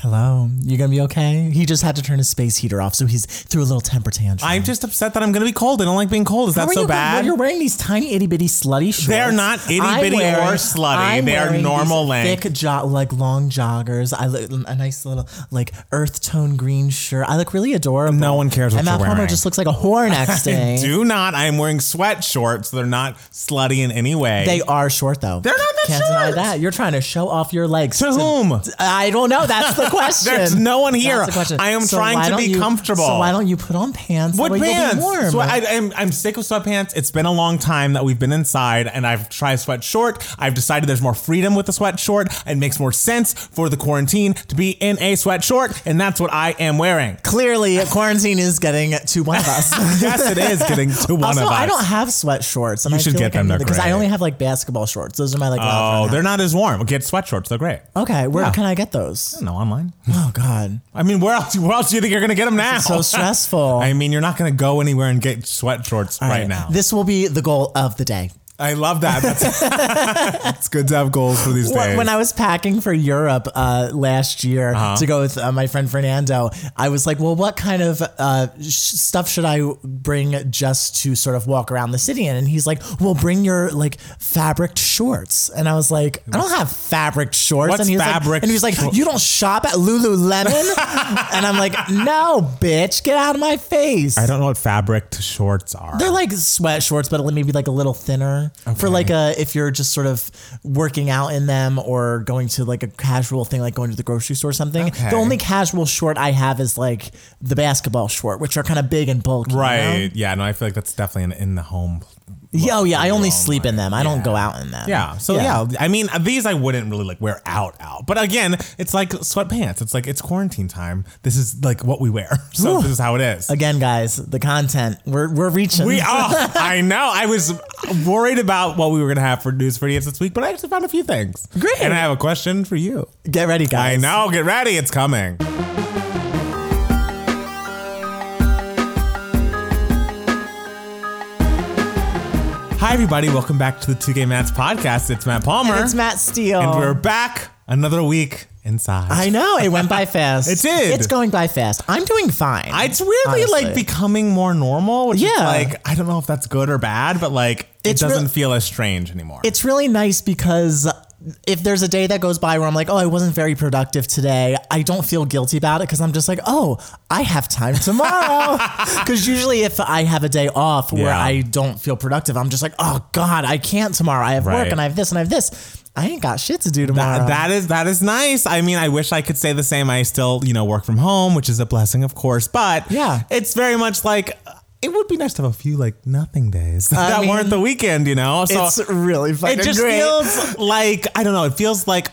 Hello. You gonna be okay? He just had to turn his space heater off, so he's threw a little temper tantrum. I'm just upset that I'm going to be cold. I don't like being cold. Is How that are so you- bad? You're wearing these tiny itty bitty slutty shorts. They're not itty I'm bitty or wearing- slutty. I'm They are wearing normal these length. Thick jo- like long joggers. I look a nice little like earth tone green shirt. I look really adorable. No one cares what and you're Matt Palmer wearing. just looks like a whore next day. Do not. I am wearing sweat shorts. They're not slutty in any way. They are short though. They're not that Can't deny short. that. You're trying to show off your legs. to whom? I don't know. That's the question. There's no one here. That's the question. I am So trying why to don't be you- comfortable. So why don't you put on pants? What that way pants? You'll be warm. Swe- I, am I'm sick of sweatpants. It's been a long time that we've been inside, and I've tried sweat short. I've decided there's more freedom with the sweat short. It makes more sense for the quarantine to be in a sweat short, and that's what I am wearing. Clearly, quarantine is getting to one of us. yes, it is getting to one also, of us. I don't have sweat shorts. And You I should feel get like them, they're because I great. only have like basketball shorts. Those are my like. oh, lounge they're not as warm. Get sweat shorts. They're great. round. okay. Where Yeah. can I get those? No, online. Oh God, I mean, where else? Where else do you think you're going to get them now? so stressful. I mean, you're not going to go anywhere and get sweat shorts All right, now. this will be the goal of the day. I love that. That's, it's good to have goals for these Wh- days. When I was packing for Europe uh, last year Uh-huh. to go with uh, my friend Fernando, I was like, well, what kind of uh, sh- stuff should I bring just to sort of walk around the city in? And he's like, well, bring your like fabric shorts. And I was like, I don't have fabric shorts. What's and he was fabric Like, and he was like, shor- you don't shop at Lululemon? and I'm like, no, bitch, get out of my face. I don't know what fabric to shorts are. They're like sweat shorts, but maybe like a little thinner for like a if you're just sort of working out in them or going to like a casual thing, like going to the grocery store or something. Okay. The only casual short I have is like the basketball short, which are kind of big and bulky. you Right. know? Yeah. No, I feel like that's definitely an in the home. Yeah, oh yeah, I only Long sleep in them. I don't go out in them. Yeah. So yeah. I mean, these I wouldn't really like wear out out. But again, it's like sweatpants. It's like it's quarantine time. This is like what we wear. So this is how it is. Again, guys, the content we're we're reaching. We oh, I know. I was worried about what we were gonna have for news for idiots this week, but I actually found a few things. Great. And I have a question for you. Get ready, I guys. know. Get ready. It's coming. Hi, everybody. Welcome back to the Two Gay Mats podcast. It's Matt Palmer. And it's Matt Steele. And we're back another week inside. I know it went by fast. It did. It's going by fast. I'm doing fine. it's weirdly like Honestly. becoming more normal, which is Yeah. like, I don't know if that's good or bad, but like, It's it real- doesn't feel as strange anymore. it's really nice because if there's a day that goes by where I'm like, oh, I wasn't very productive today, I don't feel guilty about it because I'm just like, oh, I have time tomorrow. Because usually if I have a day off where Yeah. I don't feel productive, I'm just like, oh God, I can't tomorrow. I have Right. work and I have this and I have this. I ain't got shit to do tomorrow. That is that is nice. I mean, I wish I could say the same. I still, you know, work from home, which is a blessing, of course. But Yeah. it's very much like uh, it would be nice to have a few like nothing days I that mean, weren't the weekend. You know, so it's really fucking it just great. feels like I don't know. It feels like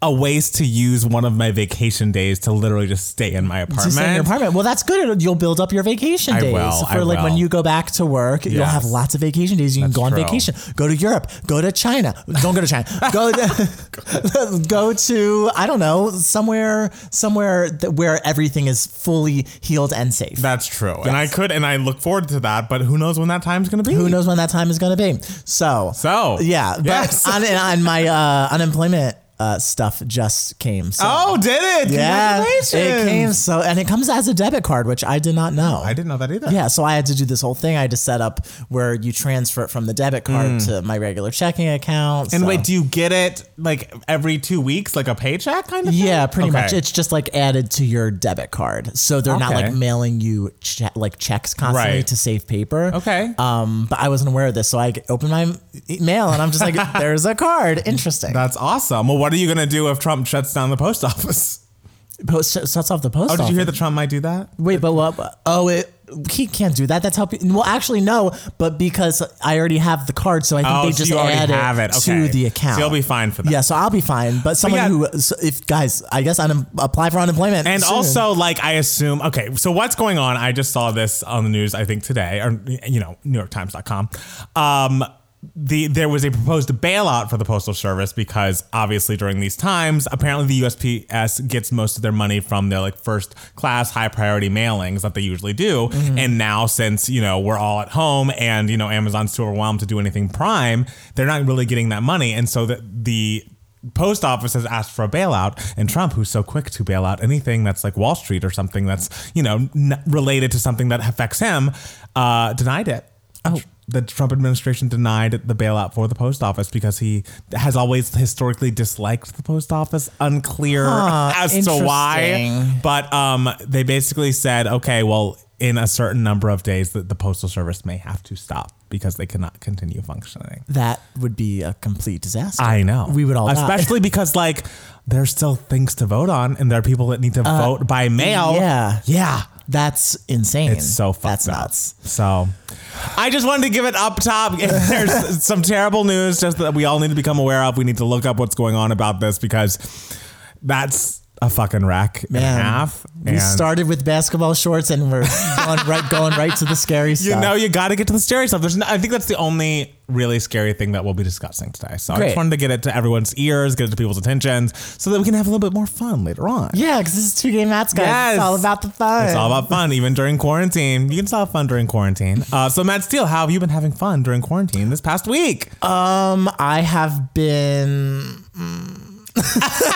a waste to use one of my vacation days to literally just stay in my apartment. Just stay in your apartment. Well, that's good. It'll- You'll build up your vacation I days will, for I like when will. you go back to work. You'll Yes. have lots of vacation days. You can That's go on true. vacation. Go to Europe. Go to China. Don't go to China. Go to, go to I don't know somewhere somewhere that where everything is fully healed and safe. That's true, and I could, and I look forward to that. But who knows when that time's going to be? Who knows when that time is going to be? So So, yeah. But yes. on, on my uh, unemployment uh, stuff just came. So. Oh, did it? Yeah, it Congratulations! came so, and it comes as a debit card, which I did not know. I didn't know that either. Yeah, so I had to do this whole thing. I had to set up where you transfer it from the debit card to my regular checking account. Mm. And so- wait, do you get it like every two weeks, like a paycheck kind of? thing? yeah, pretty Okay. much. It's just like added to your debit card, so they're not Okay. like mailing you che- like checks constantly Right. to save paper. Okay. Um, but I wasn't aware of this, so I opened my e- mail and I'm just like, "There's a card. Interesting." that's awesome. Well, what are you gonna do if Trump shuts down the post office? Post shuts off the post. Oh, did office. you hear that Trump might do that? Wait, but what? Oh, it, he can't do that. That's how. Pe- well, actually, no. But because I already have the card, so I think Oh, they so just you already add have it. Okay. to the account. So you'll be fine for that. Yeah, so I'll be fine. But someone yeah. who, so if guys, I guess I'm apply for unemployment And soon. also, like, I assume, okay, so what's going on? I just saw this on the news, I think today, or, you know, NewYorkTimes.com. Um, the, there was a proposed bailout for the Postal Service because obviously during these times, apparently the USPS gets most of their money from their like first class high priority mailings that they usually do. And now, since you know we're all at home and you know Amazon's too overwhelmed to do anything prime, they're not really getting that money. And so the, the post office has asked for a bailout, and Trump, who's so quick to bail out anything that's like Wall Street or something that's you know n- related to something that affects him, uh, denied it. Oh. The Trump administration denied the bailout for the post office because he has always historically disliked the post office. Unclear Huh, as to why, interesting. but um, they basically said, okay, well, in a certain number of days, that the postal service may have to stop because they cannot continue functioning. That would be a complete disaster. I know. We would all die. especially because like there's still things to vote on, and there are people that need to vote by mail. Uh, yeah. yeah. That's insane. It's so fucked That's up. nuts. So, I just wanted to give it up top. If there's some terrible news, just that we all need to become aware of. We need to look up what's going on about this because that's a fucking wreck and a Man, half. We and- started with basketball shorts and we're going right going right to the scary stuff. You know, you got to get to the scary stuff. There's, no, I think that's the only really scary thing that we'll be discussing today. So I just Great. wanted to get it to everyone's ears, get it to people's attentions, so that we can have a little bit more fun later on. yeah, because this is two game mats, guys. Yes. It's all about the fun. It's all about fun, even during quarantine. You can still have fun during quarantine. Uh, so Matt Steele, how have you been having fun during quarantine this past week? um, I have been.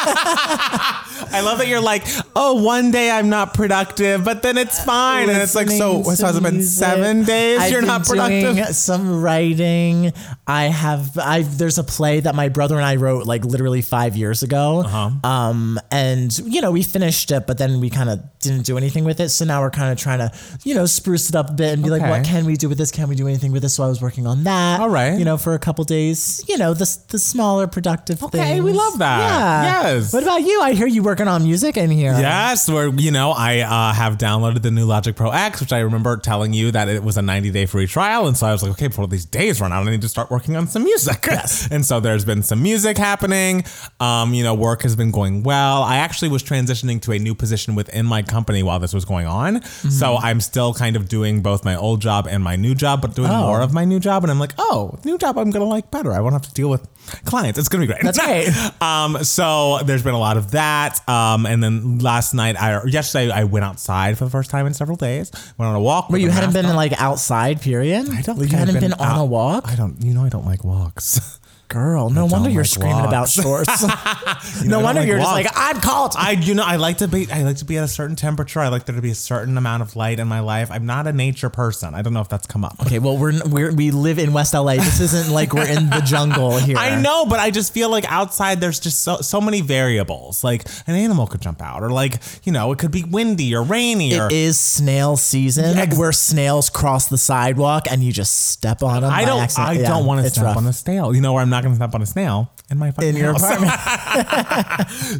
I love that you're like, oh, one day I'm not productive, but then it's fine, and it's like, so listening what has to it been? music. Seven days I've you're been not productive. doing some writing. I have. I there's a play that my brother and I wrote like literally five years ago. Uh-huh. Um, and you know we finished it, but then we kind of didn't do anything with it. So now we're kind of trying to you know spruce it up a bit and be like, what Okay. can we do with this? Can we do anything with this? So I was working on that. All right. You know, for a couple days. You know, the s- the smaller productive. Okay, we love that. Yeah. Yes. What about you? I hear you working on music in here. Yes, where you know I uh, have downloaded the new Logic Pro X, which I remember telling you that it was a 90 day free trial, and so I was like, okay, before these days run out, I need to start working on some music. and so there's been some music happening. Um, you know, work has been going well. I actually was transitioning to a new position within my company while this was going on, so Mm-hmm. I'm still kind of doing both my old job and my new job, but doing Oh. more of my new job. And I'm like, oh, new job, I'm gonna like better. I won't have to deal with clients. It's gonna be great. That's great. Um, so there's been a lot of that. Um, and then last night, I or yesterday I went outside for the first time in several days. Went on a walk. But with you a hadn't mask been like outside, period. I don't Like, think you I've hadn't been, on out- a walk, I don't. You know, I don't like walks. girl. No wonder you're like screaming about walks. shorts. You know, no I don't wonder like you're walks. just like I'm cold. I you know I like to be I like to be at a certain temperature. I like there to be a certain amount of light in my life. I'm not a nature person. I don't know if that's come up. Okay, well we're, we're we live in West LA. This isn't like we're in the jungle here. I know, but I just feel like outside there's just so so many variables. Like an animal could jump out, or like you know it could be windy or rainy. or It is snail season Yeah, ex- where snails cross the sidewalk and you just step on them. I by don't. accident. I Yeah, don't want to it's step rough. on a snail. You know where I'm not going to step on a snail in my fucking in your house. apartment.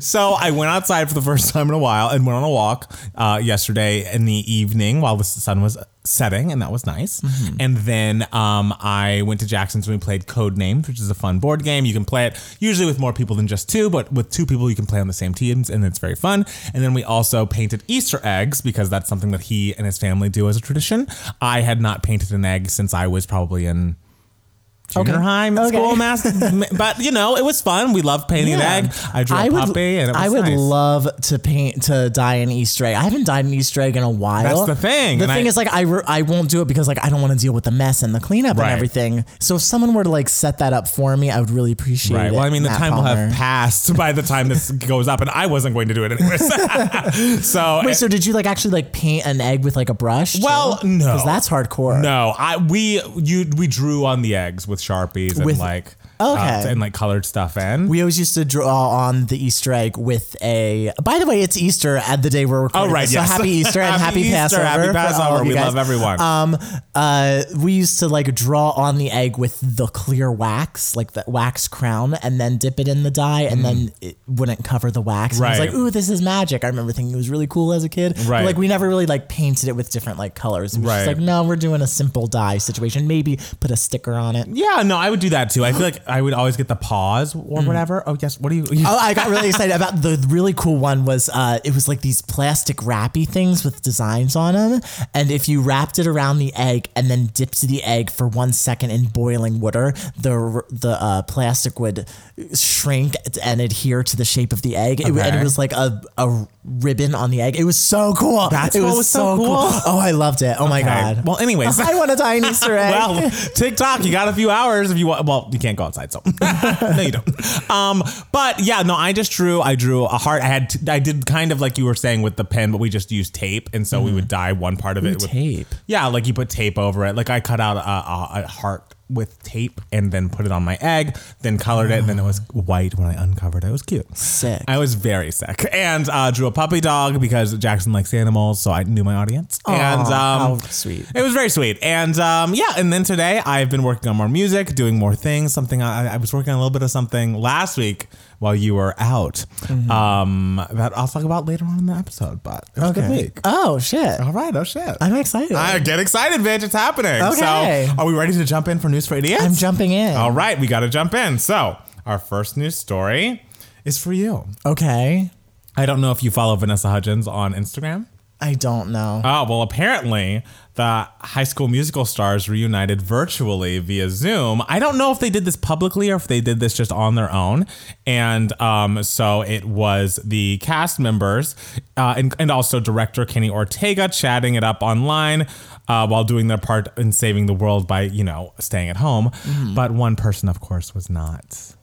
So I went outside for the first time in a while and went on a walk uh, yesterday in the evening while the sun was setting, and that was nice. Mm-hmm. And then um, I went to Jackson's and we played Code Names, which is a fun board game. You can play it usually with more people than just two, but with two people you can play on the same teams, and it's very fun. And then we also painted Easter eggs because that's something that he and his family do as a tradition. I had not painted an egg since I was probably in junior Okay. high Okay. school master. but you know, it was fun. We loved painting Yeah. an egg. I drew a would, puppy, and it was I would nice. love to paint to dye an Easter egg. I haven't dyed an Easter egg in a while. That's the thing, The and thing I- is, like, I re- I won't do it because like I don't want to deal with the mess and the cleanup Right. and everything. So if someone were to like set that up for me, I would really appreciate Right. it. Well, I mean, the Matt time will have Palmer. passed by the time this goes up, and I wasn't going to do it anyways. so, eh, Wait, so did you like actually like paint an egg with like a brush? Well, no. because that's hardcore. no, I we you we drew on the eggs with sharpies and With- like uh, Okay. and like colored stuff in. We always used to draw on the Easter egg with a. By the way, it's Easter at the day we're recording. Oh, right, this, so yes. happy Easter and Happy happy, Easter, Passover. happy for all of Passover. you We guys. love everyone. Um, uh, we used to like draw on the egg with the clear wax, like the wax crown, and then dip it in the dye, and then it wouldn't cover the wax. And I was Mm. Right. like, "Ooh, this is magic." I remember thinking it was really cool as a kid. But, Right. like we never really like painted it with different like colors. And we were just Right. like, "No, we're doing a simple dye situation. Maybe put a sticker on it." yeah, no, I would do that too. I feel like I would always get the pause or whatever. Oh yes, what do you? you Mm. Oh, I got really excited about the really cool one was uh, it was like these plastic wrappy things with designs on them, and if you wrapped it around the egg and then dipped the egg for one second in boiling water, the the uh, plastic would shrink and adhere to the shape of the egg, It- and Okay. it was like a a ribbon on the egg. It was so cool. That's it what was so cool? Oh, I loved it. Oh my Okay. god. Well, anyways. I want to die an Easter egg. Well, TikTok, you got a few hours if you want. Well, you can't go outside, so no, you don't. Um, but yeah, no, I just drew. I drew a heart. I had. T- I did kind of like you were saying with the pen, but we just used tape, and so we would dye one part of it with tape. Yeah, like you put tape over it. Like I cut out a, a, a heart with tape and then put it on my egg, then colored it, and then it was white when I uncovered it. It was cute. Sick. I was very sick. And uh, drew a puppy dog because Jackson likes animals, so I knew my audience. and um, how sweet. It was very sweet. And um, yeah, and then today I've been working on more music, doing more things. Something I, I was working on a little bit of something last week while you were out. Mm-hmm. Um, that I'll talk about later on in the episode. But it was a good week. Oh shit. All right. Oh shit. I'm excited. I get excited, bitch. It's happening. Okay. So, are we ready to jump in for news for idiots? I'm jumping in. All right, we got to jump in. So, our first news story is for you. Okay. I don't know if you follow Vanessa Hudgens on Instagram. I don't know. Oh, well, apparently the high school musical stars reunited virtually via Zoom. I don't know if they did this publicly or if they did this just on their own. And um, so it was the cast members uh, and, and also director Kenny Ortega chatting it up online uh, while doing their part in saving the world by, you know, staying at home. But one person, of course, was not.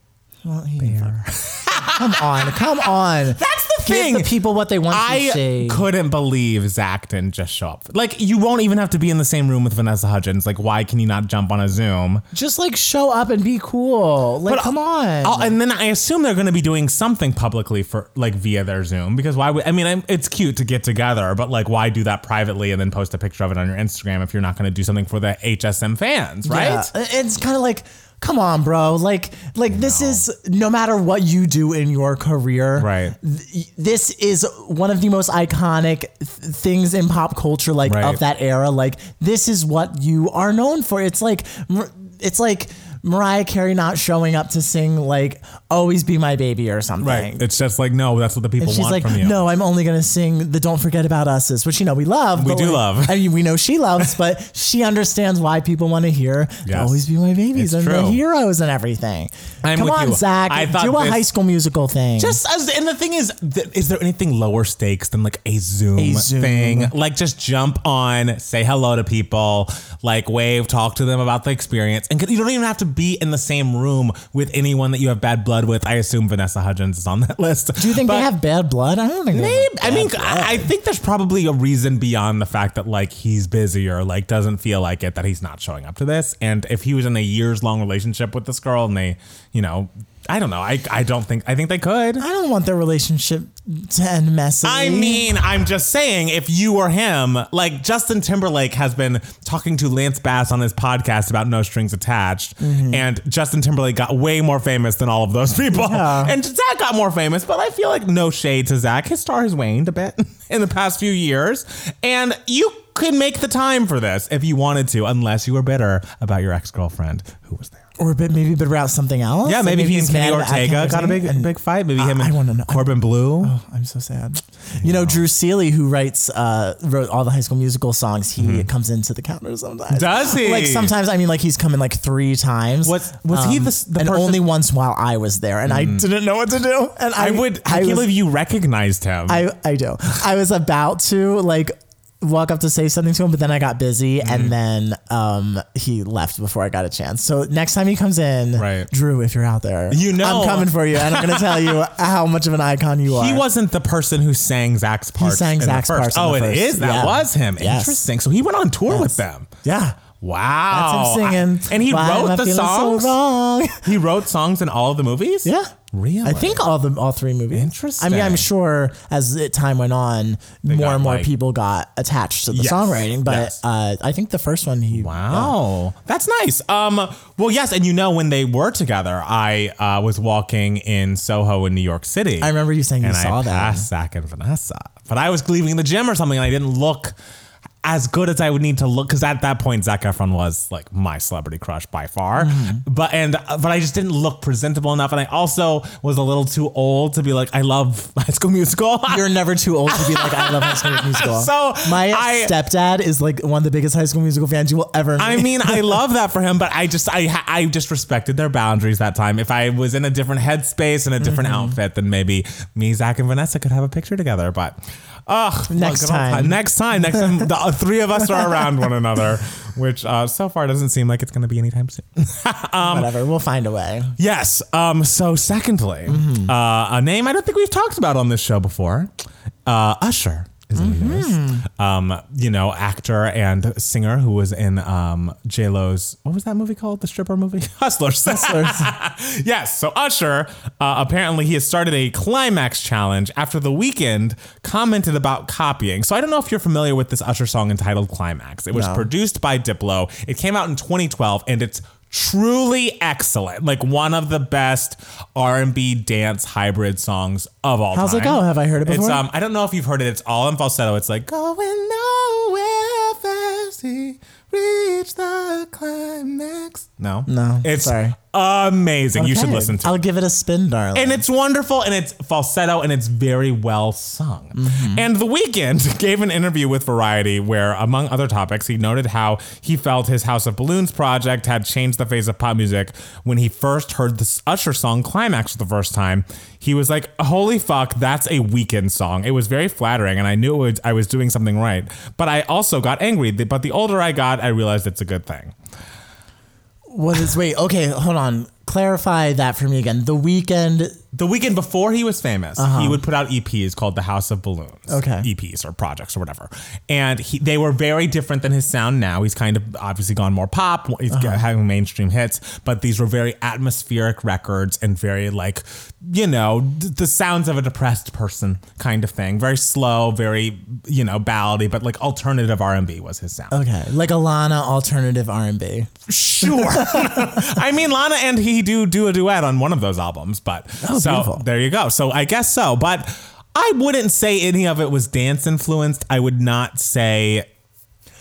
Well, he didn't fuck- come on. Come on. That's the thing. Give the people what they want to I see. couldn't believe Zach didn't just show up. Like, you won't even have to be in the same room with Vanessa Hudgens. Like, why can you not jump on a Zoom? Just like show up and be cool. Like, But come on. Oh, and then I assume they're going to be doing something publicly for like via their Zoom because why would I mean I'm, it's cute to get together, but like why do that privately and then post a picture of it on your Instagram if you're not going to do something for the HSM fans, right? Yeah. It's kind of like, come on, bro. Like, like this is no matter what you do in your career, Right. th- this is one of the most iconic th- things in pop culture, like Right. of that era. Like, this is what you are known for. It's like, Mar- it's like Mariah Carey not showing up to sing like "Always Be My Baby" or something. Right. It's just like no, that's what the people And she's want like, from you. no, I'm only gonna sing the "Don't Forget About Us"s, which you know we love. We but, do like, love. I mean, we know she loves, but she understands why people want to hear Yes. "Always Be My Babies" It's and the true. heroes and everything. I'm Come with on, you. Zach, I thought do a this- High School Musical thing. Just as, and the thing is, th- is there anything lower stakes than like a Zoom, A Zoom. thing? Like just jump on, say hello to people, like wave, talk to them about the experience, and you don't even have to be in the same room with anyone that you have bad blood with. I assume Vanessa Hudgens is on that list. do you think they have bad blood? I don't think. they have I bad mean, blood. I I think there's probably a reason beyond the fact that like he's busy or like doesn't feel like it that he's not showing up to this. And if he was in a years long relationship with this girl and they, you know, I don't know. I, I don't think I think they could. I don't want their relationship to end messily. I mean, I'm just saying, if you or him, like Justin Timberlake has been talking to Lance Bass on his podcast about No Strings Attached, Mm-hmm. and Justin Timberlake got way more famous than all of those people. Yeah. And Zach got more famous, but I feel like no shade to Zach. His star has waned a bit in the past few years, and you could make the time for this if you wanted to, unless you were bitter about your ex girlfriend who was there. or but maybe but about something else. Yeah, Like, maybe, he and he's Kenny mad at Ortega Kenny got a big and- big fight. Maybe him I and wanna know. Oh. Corbin Blue. I'm so sad. You know, Drew Seeley, who writes, uh, wrote all the High School Musical songs, he comes into the counter sometimes. Mm-hmm. Does he? Like sometimes, I mean, like he's come in like three times. Um, Was- was he the s- the and person- Mm. only once while I was there, and I didn't know what to do. And I, I would. I, I can't was, believe you recognized him. I, I do. I was about to like walk up to say something to him, but then I got busy, Mm-hmm. and then um, he left before I got a chance. So next time he comes in, Right. Drew, if you're out there, You know. I'm coming for you, and I'm going to tell you how much of an icon you are. He wasn't the person who sang Zach's parts. sang in the Zach's first. parts in Oh, the it first. is. That Yeah. was him. Yes. Interesting. So he went on tour with them. Yeah. Wow. That's him singing. Oh, I- and he Why am I wrote the feeling songs. So wrong. he wrote songs in all of the movies. yeah. Really? I think all the all three movies. Interesting. I mean, I'm sure as it, time went on, more got, and more like- people got attached to the Yes. songwriting. But Yes. uh, I think the first one he Wow, that's nice. Um, well, yes, and you know when they were together, I uh, was walking in Soho in New York City. I remember you saying you and saw I that. passed Zach and Vanessa, but I was leaving the gym or something, and I didn't look as good as I would need to look, because at that point Zac Efron was like my celebrity crush by far. Mm-hmm. But and but I just didn't look presentable enough, and I also was a little too old to be like I love High School Musical. You're never too old to be like, I love High School Musical. So, my I- stepdad is like one of the biggest High School Musical fans you will ever meet. I mean, I love that for him, but I just I ha- I just respected their boundaries that time. If I was in a different headspace and a different Mm-hmm. outfit, then maybe me, Zach, and Vanessa could have a picture together. But ugh, Next good old ti- time. next time, next time, the uh, three of us are around one another, which uh, so far doesn't seem like it's going to be anytime soon. um, whatever. We'll find a way. Yes. Um. So, secondly, uh, a name I don't think we've talked about on this show before, uh, Usher. Is in the news. Um, you know, actor and singer who was in um, J Lo's what was that movie called? The stripper movie, Hustlers. yes. So Usher uh, apparently he has started a climax challenge after the weekend commented about copying. So I don't know if you're familiar with this Usher song entitled "Climax." It was No. produced by Diplo. It came out in 2012, and it's truly excellent. Like one of the best R&B dance hybrid songs of all How's time. it go? Have I heard it It's before? um I don't know if you've heard it. It's all in falsetto. It's like going nowhere fast he reached the climax. No. No, It's sorry. amazing. You should Okay. listen to I'll give it a spin, darling. and it's wonderful and it's falsetto and it's very well sung. And The Weeknd gave an interview with Variety where, among other topics, he noted how he felt his House of Balloons project had changed the face of pop music when he first heard this Usher song Climax for the first time. He was like, Holy fuck, that's a Weeknd song. It was very flattering and I knew it was, I was doing something right. But I also got angry. But the older I got, I realized it's a good thing. what is wait? Okay, hold on. Clarify that for me again. The weekend. The weekend before he was famous, he would put out EPs called the House of Balloons. Okay. EPs or projects or whatever. And he, they were very different than his sound now. He's kind of obviously gone more pop, he's got- having mainstream hits, but these were very atmospheric records and very like, you know, d- the sounds of a depressed person kind of thing. Very slow, very, you know, ballady, but like alternative R&B was his sound. Okay, like Alana alternative R and B. Sure. I mean, Lana and he do do a duet on one of those albums, but so Oh, beautiful. there you go. So I guess so, but I wouldn't say any of it was dance influenced. I would not say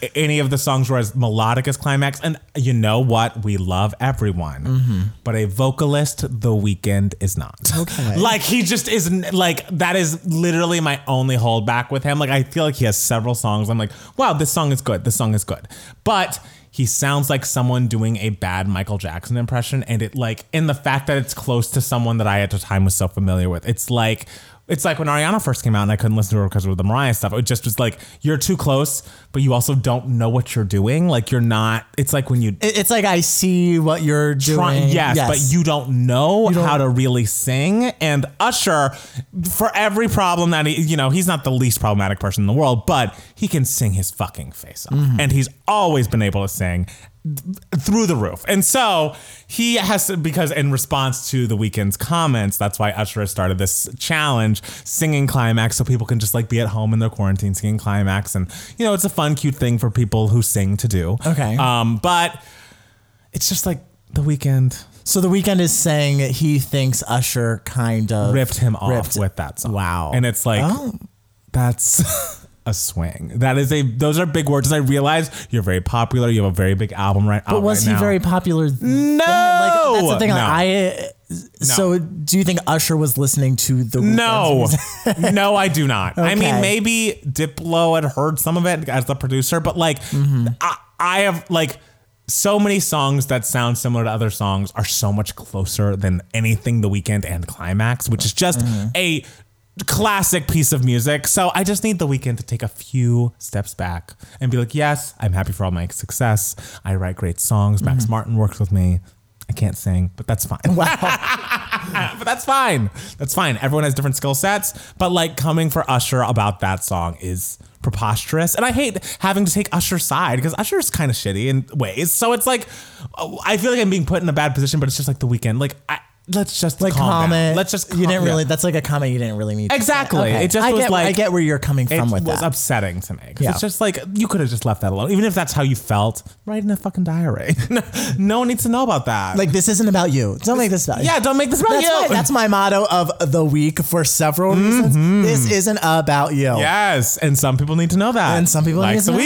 a- any of the songs were as melodic as Climax. And you know what? We love everyone, Mm-hmm. but a vocalist, The Weeknd is not. Okay. like he just isn't. Like that is literally my only holdback with him. Like I feel like he has several songs. I'm like, wow, this song is good. This song is good, but. He sounds like someone doing a bad Michael Jackson impression, and it like, and the fact that it's close to someone that I at the time was so familiar with, it's like, it's like when Ariana first came out and I couldn't listen to her because of the Mariah stuff. It just was like you're too close, but you also don't know what you're doing. Like you're not. It's like when you It- It's like I see what you're doing. try, yes, but you don't know don't- how to really sing. And Usher, for every problem that he, you know, he's not the least problematic person in the world, but he can sing his fucking face off, and he's always been able to sing th- through the roof. And so he has to because in response to the weekend's comments, that's why Usher has started this challenge, singing climax, so people can just like be at home in their quarantine singing climax, and you know, it's a fun, cute thing for people who sing to do. Okay. um, but it's just like the weekend So the weekend is saying he thinks Usher kind of ripped him off ripped- with that song. Wow. And it's like Oh. that's a swing. That is a those are big words. As I realize you're very popular. You have a very big album right But was he very popular? No, No, like, that's the thing. No. like, I. So do you think Usher was listening to the No, no, I do not. I mean, Okay. maybe Diplo had heard some of it as the producer, but like, I, I have like so many songs that sound similar to other songs are so much closer than anything The Weekend and Climax, which is just a classic piece of music. So I just need The Weekend to take a few steps back and be like, yes, I'm happy for all my success. I write great songs. Max Martin works with me. I can't sing, but that's fine. But that's fine. That's fine. Everyone has different skill sets. But like coming for Usher about that song is preposterous. And I hate having to take Usher's side because Usher's kind of shitty in ways. So it's like, oh, I feel like I'm being put in a bad position, but it's just like the weekend. Like, I, let's just like calm down. comment. Let's just you calm- didn't really. yeah. That's like a comment you didn't really need. to say. Exactly. It just I was get, like- I get where you're coming It from with was that. upsetting to me. 'cause Yeah. It's just like you could have just left that alone, even if that's how you felt. Write in a fucking diary. no one needs to know about that. like this isn't about you. Don't make this about you. yeah, don't make this about That's you. my, that's my motto of the week for several reasons. Mm-hmm. This isn't about you. yes, and some people need to know that. And some people need like to the know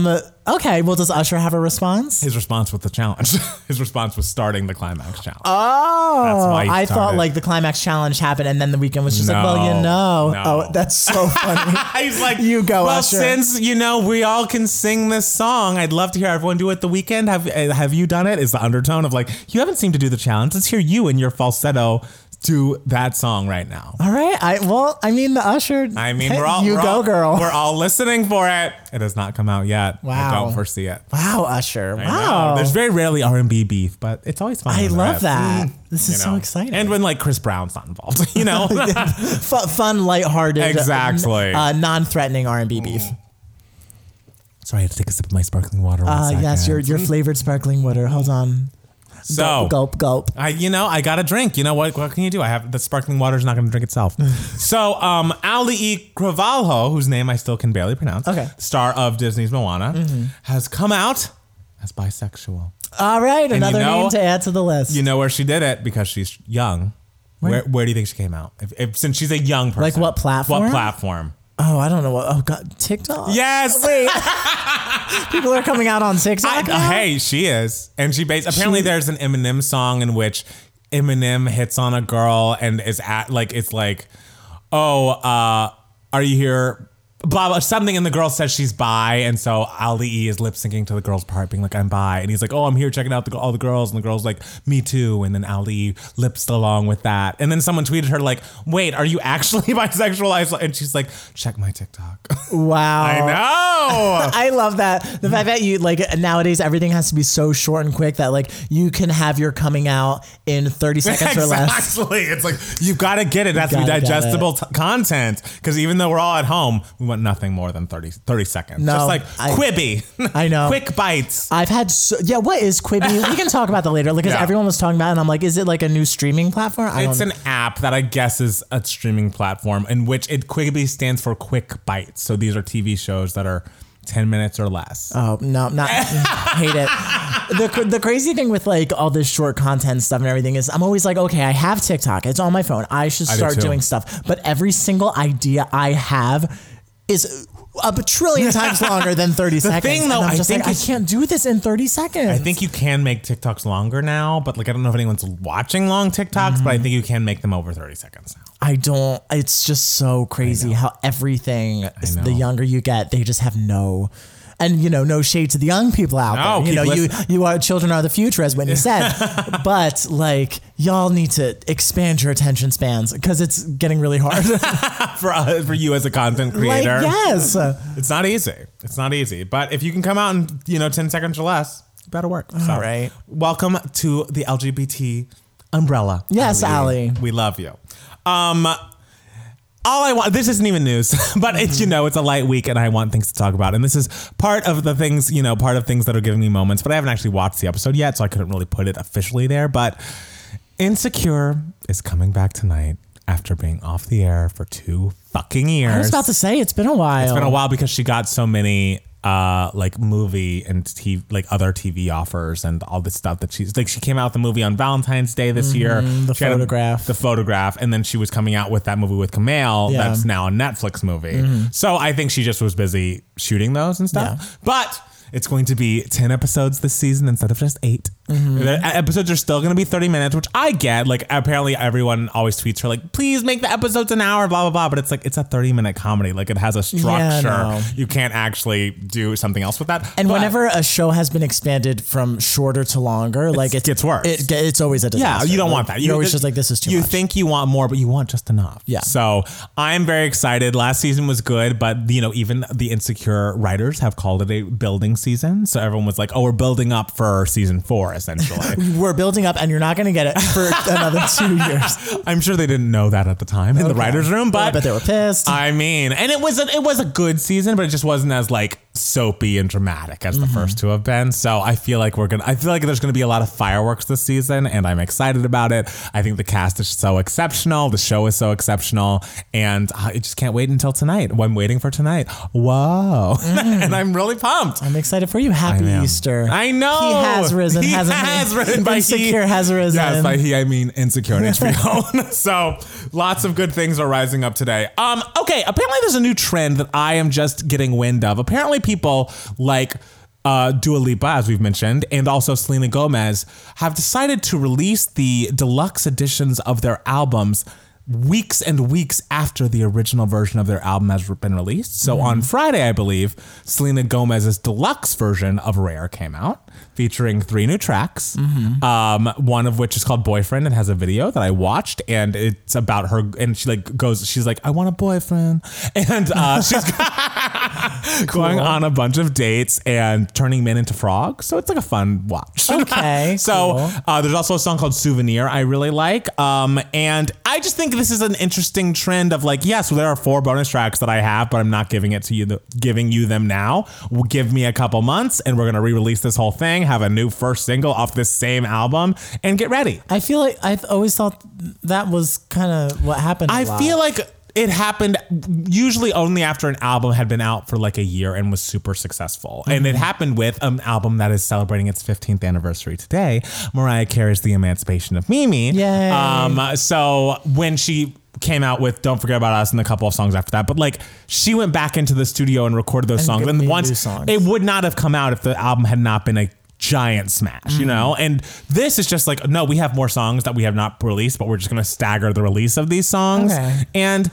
weekend. Okay. Well, does Usher have a response? His response was the challenge. His response was starting the climax challenge. Oh, why he I thought started. like the climax challenge happened, and then the weekend was just like, well, you know. No, no. Oh, that's so funny. He's like, You go, Well, Usher." since you know we all can sing this song, I'd love to hear everyone do it. The weekend have uh, have you done it? Is the undertone of like you haven't seemed to do the challenge. Let's hear you and your falsetto do that song right now. All right. I well, I mean the Usher. I mean, we're all you we're go, all- girl. We're all listening for it. It has not come out yet. I Wow. don't foresee it. wow, Usher. I know. Wow. There's very rarely R and B beef, but it's always fun. I when there love is. that. This Mm. You is know? so exciting. And when like Chris Brown's not involved, you know. Fu- fun, lighthearted, Exactly. Mm. uh, non-threatening R and B beef. Sorry, I had to take a sip of my sparkling water. one Uh, yes, second. your your flavored sparkling water. Hold on. Mm. so Gulp, gulp. I, you know, I got to drink. You know what? What can you do? I have the sparkling water's not going to drink itself. so, um, Ali E. Cravalho, whose name I still can barely pronounce, Okay. Mm-hmm. star of Disney's Moana, has come out as bisexual. All right, another know- name to add to the list. You know where she did it because she's young. Where, where, do you think she came out? If, if, since she's a young person, Like what platform? What platform? oh, I don't know what. Oh God, TikTok. Yes. Wait. People are coming out on TikTok. I- now? hey, she is, and she based. Apparently, She- there's an Eminem song in which Eminem hits on a girl and is at like it's like, oh, uh, are you here? Blah blah something, and the girl says she's bi, and so Ali E is lip syncing to the girl's part, being like, "I'm bi," and he's like, "Oh, I'm here checking out the, all the girls," and the girl's like, "Me too," and then Ali E lips along with that, and then someone tweeted her like, "Wait, are you actually bisexual?" I was like- And she's like, "Check my TikTok." Wow. I know. I love that. The fact that you like nowadays everything has to be so short and quick that like you can have your coming out in 30 seconds or less. Exactly. It's like you've got to get it. That's the gotta get digestible t- content. Because even though we're all at home, we want nothing more than 30, 30 seconds. No, Just like I- Quibi. I know. Quick bites. I've had so, yeah. What is Quibi? We can talk about that later because Yeah. everyone was talking about, it and I'm like, is it like a new streaming platform? I It's don't. an app that I guess is a streaming platform in which it Quibi stands for quick bites. So these are TV shows that are 10 minutes or less. oh no, not hate it. The, cr- the crazy thing with like all this short content stuff and everything is I'm always like, okay, I have TikTok. It's on my phone. I should do start too. doing stuff. But every single idea I have is a trillion times longer than 30 seconds. thing, And though, I'm I just think like, I is- can't do this in 30 seconds. I think you can make TikToks longer now, but like I don't know if anyone's watching long TikToks, but I think you can make them over 30 seconds now. I don't. It's just so crazy how everything. know. The younger you get, they just have no. And you know, no shade to the young people out No, there. You keep know, you you are children are the future, as Whitney said. but like, y'all need to expand your attention spans because it's getting really hard. like, For, uh, for you as a content creator. yes, It's not easy. It's not easy. But if you can come out in, you know, 10 seconds or less, better work. All right. right. Welcome to the LGBT umbrella. Yes, Ally. We love you. Um, all I want, this isn't even news, but it's, you know, it's a light week and I want things to talk about. And this is part of the things, you know, part of things that are giving me moments, but I haven't actually watched the episode yet, so I couldn't really put it officially there. But Insecure is coming back tonight after being off the air for two fucking years. I was about to say it's been a while. It's been a while because she got so many uh like movie and TV, like other TV offers and all this stuff that she's like she came out with a movie on Valentine's Day this year. Mm-hmm. the She had a- photograph. the photograph, and then she was coming out with that movie with Kamal Yeah. Mm-hmm. that's now a Netflix movie. So I think she just was busy shooting those and stuff. But it's going to be 10 episodes this season instead of just 8 Mm-hmm. The uh, episodes are still going to be 30 minutes, which I get. Like, apparently, everyone always tweets her, like, please make the episodes an hour, blah, blah, blah. But it's like, it's a 30 minute comedy. Like, it has a structure. no. You can't actually do something else with that. And But- whenever a show has been expanded from shorter to longer, like it gets worse. It, ge- it's always a Yeah, disaster. you don't Like, want that. You're You- always just like, this is too You much. think you want more, but you want just enough. Yeah. So I'm very excited. Last season was good, but you know, even the insecure writers have called it a building season. So everyone was like, "Oh, we're building up for season four, essentially." We're building up, and you're not going to get it for another two years. I'm sure they didn't know that at the time in the writers' room, but I bet they were pissed. I mean, and it was a, it was a good season, but it just wasn't as like soapy and dramatic as the first two have been. So I feel like we're gonna. I feel like there's gonna be a lot of fireworks this season, and I'm excited about it. I think the cast is so exceptional. The show is so exceptional, and uh, I just can't wait until tonight. I'm waiting for tonight. Whoa, and I'm really pumped. I'm excited for you. Happy am. Easter. I know He has risen, He hasn't he? has risen. By Insecure he, has risen. Yes, by he I mean insecure and HBO. so lots of good things are rising up today. Um, okay. Apparently, there's a new trend that I am just getting wind of. Apparently, people like. Uh, Dua Lipa, as we've mentioned, and also Selena Gomez have decided to release the deluxe editions of their albums weeks and weeks after the original version of their album has been released. So on Friday, I believe, Selena Gomez's deluxe version of Rare came out, featuring three new tracks. Um, one of which is called Boyfriend and has a video that I watched, and it's about her. And she like goes, she's like, I want a boyfriend, and uh, she's going on a bunch of dates and turning men into frogs. So it's like a fun watch. Okay, so cool. uh, there's also a song called Souvenir I really like. Um, and I just think this is an interesting trend of like, yes, there are four bonus tracks that I have, but I'm not giving it to you, the, giving you them now. Well, give me a couple months and we're going to re release this whole thing, have a new first single off this same album, and get ready. I feel like I've always thought that was kind of what happened. I I feel like it happened usually only after an album had been out for like a year and was super successful. And Mm-hmm. it happened with an album that is celebrating its 15th anniversary today, Mariah Carey's The Emancipation of Mimi. Yay. Um, so when she came out with Don't Forget About Us and a couple of songs after that, but like she went back into the studio and recorded those songs. gave And me once new songs. it would not have come out if the album had not been a giant smash, you know? Mm-hmm. And this is just like, no, we have more songs that we have not released, but we're just gonna stagger the release of these songs. Okay. And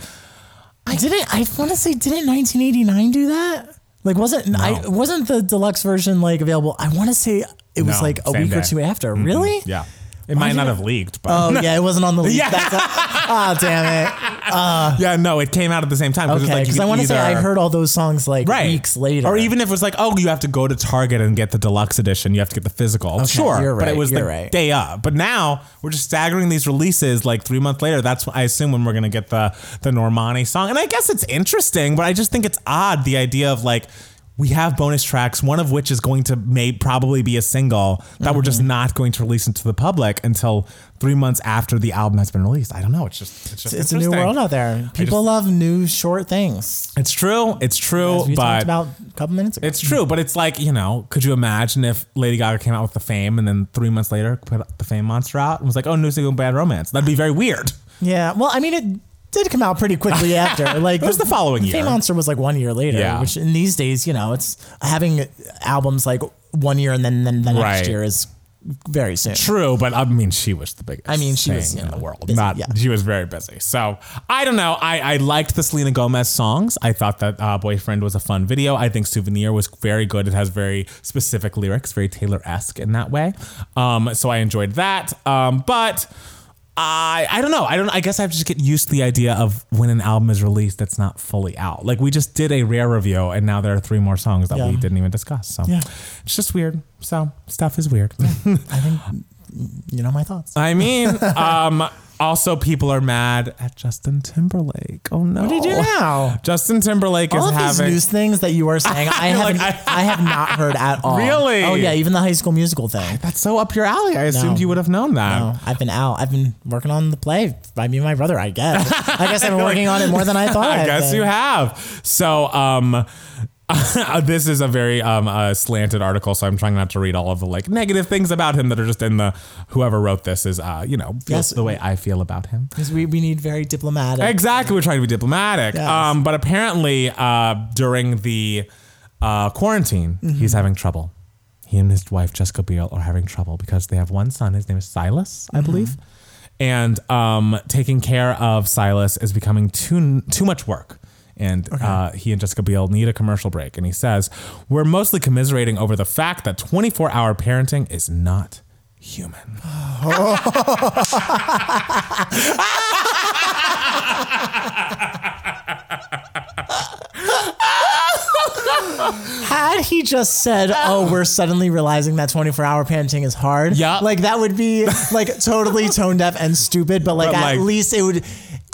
I didn't. I want to say didn't 1989 do that? Like wasn't I wasn't the deluxe version like available? I want to say it was No, like a same week or day. two after. Really? yeah. It might not have leaked, but Oh yeah, it wasn't on the leak. Yeah. That's oh damn it. yeah, no, it came out at the same time. Okay, because I want to say I heard all those songs like right. weeks later. Or even if it was like, oh, you have to go to Target and get the deluxe edition, you have to get the physical. sure, you're but it right, was the you're right. day up. But now we're just staggering these releases like three months later. That's what I assume when we're gonna get the the Normani song. And I guess it's interesting, but I just think it's odd the idea of like. We have bonus tracks, one of which is going to may probably be a single that we're Mm-hmm. just not going to release into the public until three months after the album has been released. I don't know. It's just it's just it's a new interesting. world out there. People love new short things. It's true. It's true. As we Oh, but talked about a couple minutes ago. it's true, but it's like, you know, could you imagine if Lady Gaga came out with The Fame and then three months later put the Fame monster out and was like, oh, new single Bad Romance? That'd be very weird. yeah. Well, I mean, it did come out pretty quickly after. Like It was the following year. Fame Monster was like one year later. Yeah. Which in these days, you know, it's having albums like one year and then then the next Right. year is very soon. True, but I mean, she was the biggest. I mean, she thing was, you in know, the world. busy, Not yeah. she was very busy. So I don't know. I, I liked the Selena Gomez songs. I thought that uh, "Boyfriend" was a fun video. I think "Souvenir" was very good. It has very specific lyrics, very Taylor esque in that way. Um, so I enjoyed that. Um, but. I, I don't know. I don't I guess I have to just get used to the idea of when an album is released that's not fully out. Like we just did a rare review and now there are three more songs that Yeah. we didn't even discuss. So Yeah. it's just weird. So stuff is weird. You know my thoughts. I mean, um, also people are mad at Justin Timberlake. Oh no! What do you do now? Justin Timberlake all is of having. these news things that you are saying, I Like, haven't, I, have not heard at all. Really? Oh yeah, even the High School Musical thing. that's so up your alley. I assumed No. you would have known that. No, I've been out. I've been working on the play by me and my brother. I guess. I guess I've been working on it more than I thought. I I've guess been. you have. So, um, this is a very um, uh, slanted article, so I'm trying not to read all of the like negative things about him that are just in the whoever wrote this is uh, you know feels Yes. the way I feel about him. 'Cause we, we need very diplomatic. Exactly. We're trying to be diplomatic. Yes. Um, but apparently, uh, during the uh, quarantine, Mm-hmm. he's having trouble. He and his wife, Jessica Biel, are having trouble because they have one son. His name is Silas, Mm-hmm. I believe. And um, taking care of Silas is becoming too, too much work. And uh, he and Jessica Biel need a commercial break. And he says, We're mostly commiserating over the fact that 24 hour parenting is not human. Had he just said, "Oh, we're suddenly realizing that 24-hour parenting is hard," Yeah. like that would be like totally tone deaf and stupid. But like But, at like- least it would.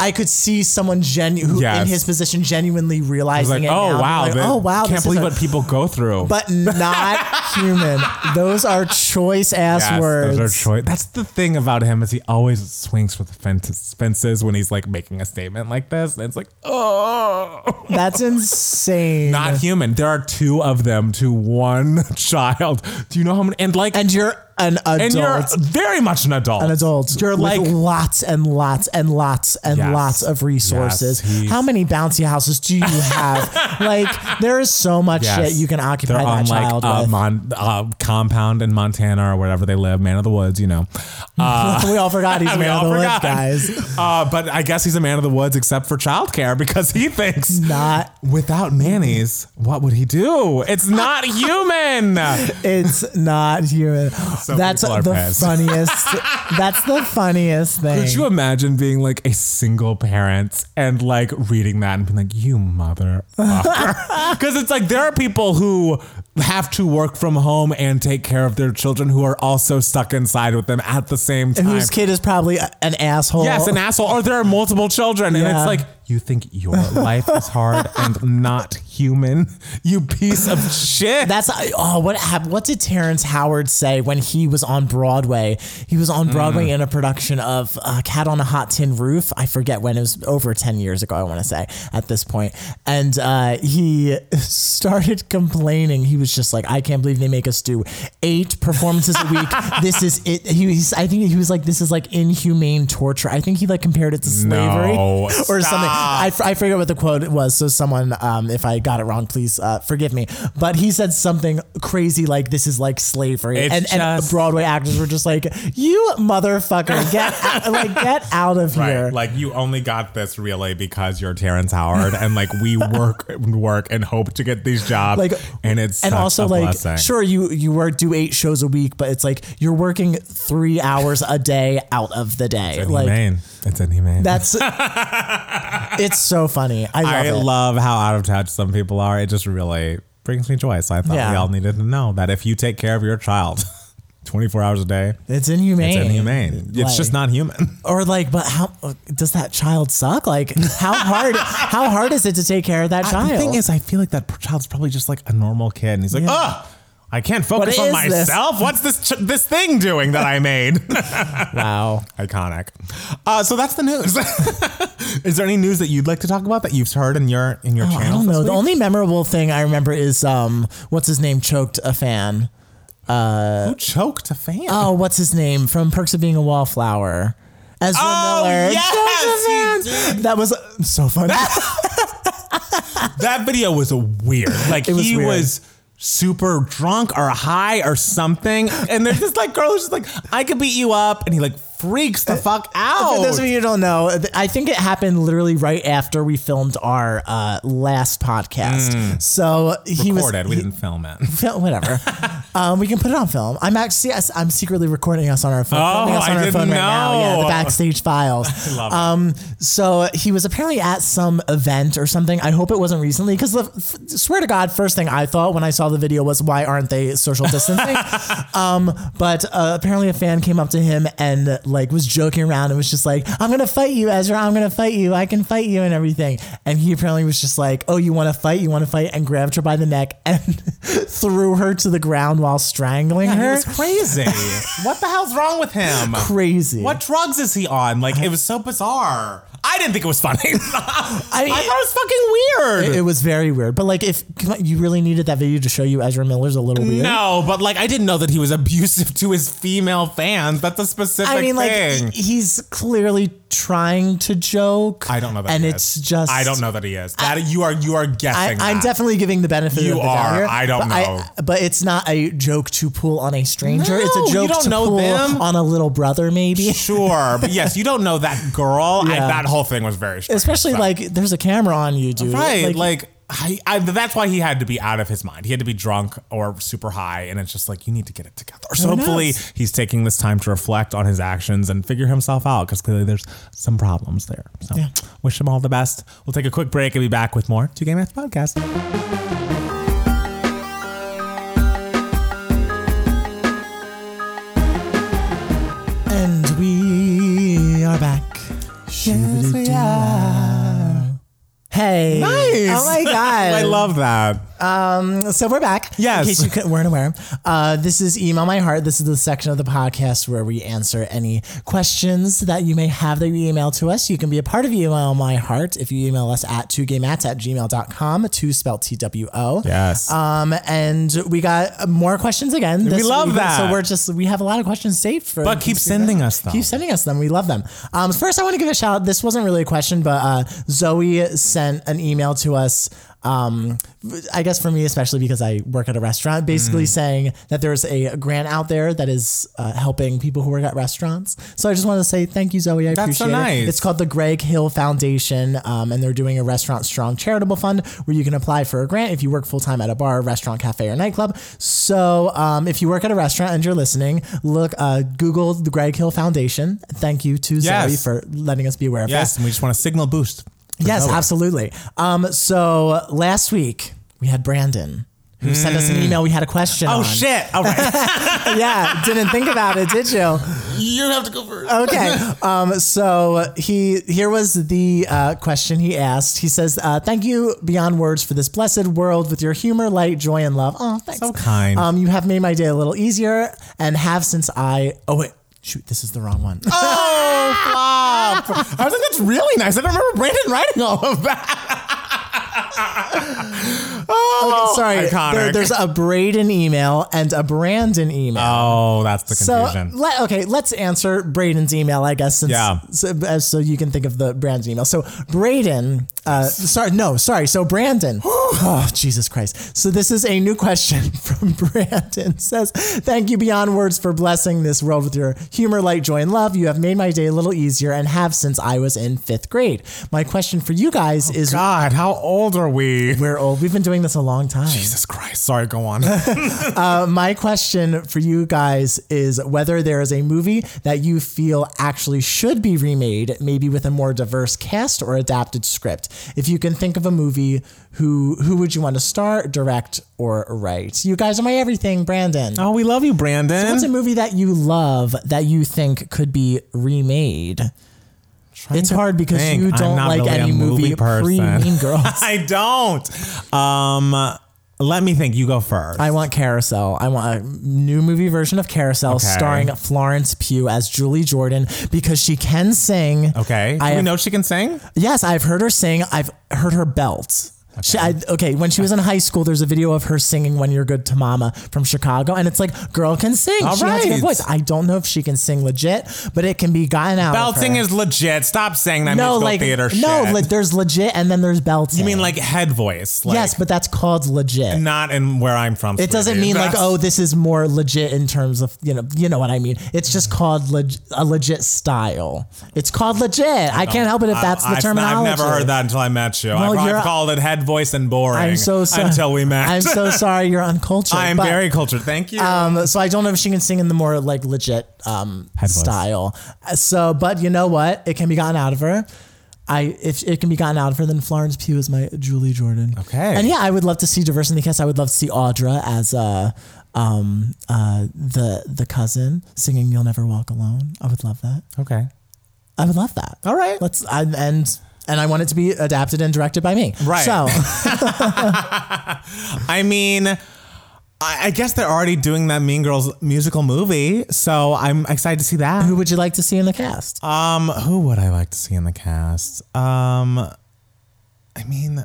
I could see someone genu- who in Yes. his position genuinely realizing Like, it. now. oh They're wow, like, that- oh wow, Can't this is believe a- what people go through. But not human. Those are choice ass Yes, words. Those are choice. That's the thing about him is he always swings for the fence- fences when he's like making a statement like this. And it's like, oh, That's insane. not human. There are two of them to one child. Do you know how many? And like, and, and you're an adult. you're very much an adult. an adult. You're with like lots and lots and lots and Yes. lots of resources. Yes, he's- How many bouncy houses do you have? like there is so much Yes. shit you can they're occupy on that like child a with. mon- uh, compound in Montana or wherever they live, man of the woods, you know. Uh, we all forgot he's we one all of the lift forgot. guys. Uh, but I guess he's a man of the woods except for childcare because he thinks Not. without nannies, what would he do? It's not human. It's not human. Some that's people are the pets. funniest. that's the funniest thing. Could you imagine being like a single parent and like reading that and being like, you mother? Because it's like there are people who have to work from home and take care of their children who are also stuck inside with them at the same time. and whose kid is probably a- an asshole? Yes, an asshole. Or there are multiple children, and Yeah. it's like you think your life is hard and not human. You piece of shit. That's oh, what hap- what did Terrence Howard say when he was on Broadway? He was on Broadway Mm. in a production of uh, Cat on a Hot Tin Roof. I forget when it was over ten years ago. I want to say at this point, and uh, he started complaining. He was just like, "I can't believe they make us do eight performances a week. this is it." He was, I think he was like, "This is like inhumane torture." I think he like compared it to slavery No, or something. stop. I, f- I forget what the quote was. So someone, um, if I got it wrong, please uh, forgive me. But he said something crazy like, "This is like slavery," It's and, and just- Broadway actors were just like, "You motherfucker, get out, like get out of here." Right. Like you only got this really because you're Terrence Howard and like we work and work and hope to get these jobs. Like, and it's and such also a like blessing. sure you you work do eight shows a week but it's like you're working three hours a day out of the day like inhumane. It's inhumane. that's it's so funny i love I it love how out of touch some people are. It just really brings me joy. So I thought Yeah. we all needed to know that if you take care of your child 24 hours a day, it's inhumane it's inhumane. It's just Like- not human. or like but how does that child suck like how hard how hard is it to take care of that I- child The thing is, I feel like that child's probably just like a normal kid, and he's like, "Ugh, I can't focus What is on this?" myself. What's this ch- this thing doing that I made?" wow Iconic. Uh, so that's the news. is there any news that you'd like to talk about that you've heard in your in your Oh, channel? i don't this know the week? only memorable thing i remember is um what's his name choked a fan Who choked a fan? oh what's his name from perks of being a wallflower Ezra Oh, Miller. yes, choked a he fan. That was uh, so funny. that video was weird. Like It was he weird. was super drunk or high or something, and there's this like girl who's just like, "I could beat you up," and he like freaks the fuck out. Uh, For those of you who don't know, th- I think it happened literally right after we filmed our uh, last podcast. So he Mm. recorded. was we didn't film it. Fil- whatever. um, we can put it on film. I'm actually yes, I'm secretly recording us on our phone. Oh, filming us on I our didn't phone right now. Yeah, the know. backstage files. Love it. um, so he was apparently at some event or something. I hope it wasn't recently because the f- swear to God, first thing I thought when I saw the video was why aren't they social distancing? um, but uh, apparently a fan came up to him and like was joking around and was just like, "I'm gonna fight you, Ezra. I'm gonna fight you. I can fight you and everything." And he apparently was just like, "Oh, you want to fight? You want to fight?" And grabbed her by the neck and threw her to the ground while strangling He her. was crazy. what the hell's wrong with him? Crazy. What drugs is he on? Like, it was so bizarre. I didn't think it was funny. I, I- thought it was fucking weird. It was very weird, but like if come on, you really needed that video to show you Ezra Miller's a Mm, little weird. no, but like, I didn't know that he was abusive to his female fans. That's a specific I mean, like thing. he- he's clearly trying to joke. I don't know that and he it's is. just I don't know that he is. That you are you are I, guessing. I'm that. definitely giving the benefit You of the are. doubt here. I don't but know. but it's not a joke to pull on a stranger. it's No, a you joke don't to know pull them. on a little brother, maybe. sure, but yes, you don't know that girl. I, Yeah. that whole thing was very strange. Especially So- like there's a camera on you, dude. right, like. I, I, that's why he had to be out of his mind. He had to be drunk or super high, and it's just like you need to get it together. So Who knows? hopefully he's taking this time to reflect on his actions and figure himself out because clearly there's some problems there. So Yeah. wish him all the best. We'll take a quick break and be back with more Two Game Math Podcast. and we are back. Yes, we are. Oh my God. I love that. So we're back. In Yes. case you cou- weren't aware, uh, this is Email My Heart. This is the section of the podcast where we answer any questions that you may have that you email to us. You can be a part of Email My Heart if you email us at 2gaymats at gmail.com, 2 spelled T W O. Yes. Um, and we got more questions again. this love that. So we're just, we have a lot of questions saved for. But keep sending us them. Keep sending us them. We love them. Um, first, I want to give a shout out. This wasn't really a question, but uh, Zoe sent an email to us. Um, I guess for me, especially because I work at a restaurant, Mm. basically saying that there's a grant out there that is uh, helping people who work at restaurants. So I just want to say thank you, Zoe. I That's so appreciate it. nice. It's called the Greg Hill Foundation, um, and they're doing a Restaurant Strong charitable fund where you can apply for a grant if you work full time at a bar, restaurant, cafe, or nightclub. So um, if you work at a restaurant and you're listening, look, uh, Google the Greg Hill Foundation. Thank you to Yes. Zoe for letting us be aware of yes, and we just want a signal boost. this. Yes, absolutely. Um, so last week we had Brandon. Who sent us an email? We had a question. Oh on. shit! All right, Yeah, didn't think about it, did you? you have to go first. okay. Um, so he here was the uh, question he asked. He says, uh, "Thank you beyond words for this blessed world with your humor, light, joy, and love." Oh, thanks. So kind. Um, you have made my day a little easier, and have since I. Oh wait, shoot, this is the wrong one. Oh, flop. I was like, that's really nice. I don't remember Brandon writing all of that. oh, Sorry, Iconic. there- there's a Braden email and a Brandon email. oh, that's the So confusion. let, okay, let's answer Braden's email, I guess. Since, Yeah. So, uh, so you can think of the Brandon's email. So Braden, uh, sorry, no, sorry. So Brandon, oh Jesus Christ. So this is a new question from Brandon. It Says, thank you beyond words for blessing this world with your humor, light, joy, and love. You have made my day a little easier and have since I was in fifth grade. My question for you guys is. Oh, God, how old are we? We're old. We've been doing this a long time. Jesus Christ. Sorry, go on. my question for you guys is whether there is a movie that you feel actually should be remade, maybe with a more diverse cast or adapted script. If you can think of a movie, who who would you want to star, direct, or write? You guys are my everything, Brandon. oh, we love you, Brandon. What's a movie that you love that you think could be remade? It's hard because think. you I'm don't not like really any a movie, movie person. pre Mean Girls. I don't. Um, let me think. You go first. I want Carousel. I want a new movie version of Carousel starring Florence Pugh as Julie Jordan because she can sing. okay. I Do we have- know she can sing? Yes, I've heard her sing. I've heard her belt. Okay. She, I, okay, when she was in high school, there's a video of her singing "When You're Good to Mama" from Chicago, and it's like, girl can sing. All she has a good right. voice. I don't know if she can sing legit, but it can be gotten out. of her. Belting is legit. Stop saying that no musical like theater shit. no. le- there's legit, and then there's belting. You mean like head voice? Like, yes, but that's called legit. not in where I'm from. It doesn't mean like, oh, this is more legit in terms of you know, you know what I mean. It's just called leg- a legit style. It's called legit. I can't help it if that's the I've terminology. never heard that until I met you. Well, I've, you're- I've called it head voice and boring. I'm so sorry. Until we met. I'm so sorry. You're uncultured. I am but, very cultured. Thank you. Um, so I don't know if she can sing in the more like legit um, Head voice. style. Uh, So, but you know what? It can be gotten out of her. I if it can be gotten out of her, then Florence Pugh is my Julie Jordan. Okay. And yeah, I would love to see diversity in the cast. I would love to see Audra as uh, um, uh, the the cousin singing "You'll Never Walk Alone." I would love that. okay. I would love that. All right. Let's I, and and I want it to be adapted and directed by me. Right. So I mean, I, I guess they're already doing that Mean Girls musical movie, so I'm excited to see that. who would you like to see in the cast? Um, who would I like to see in the cast? Um, I mean,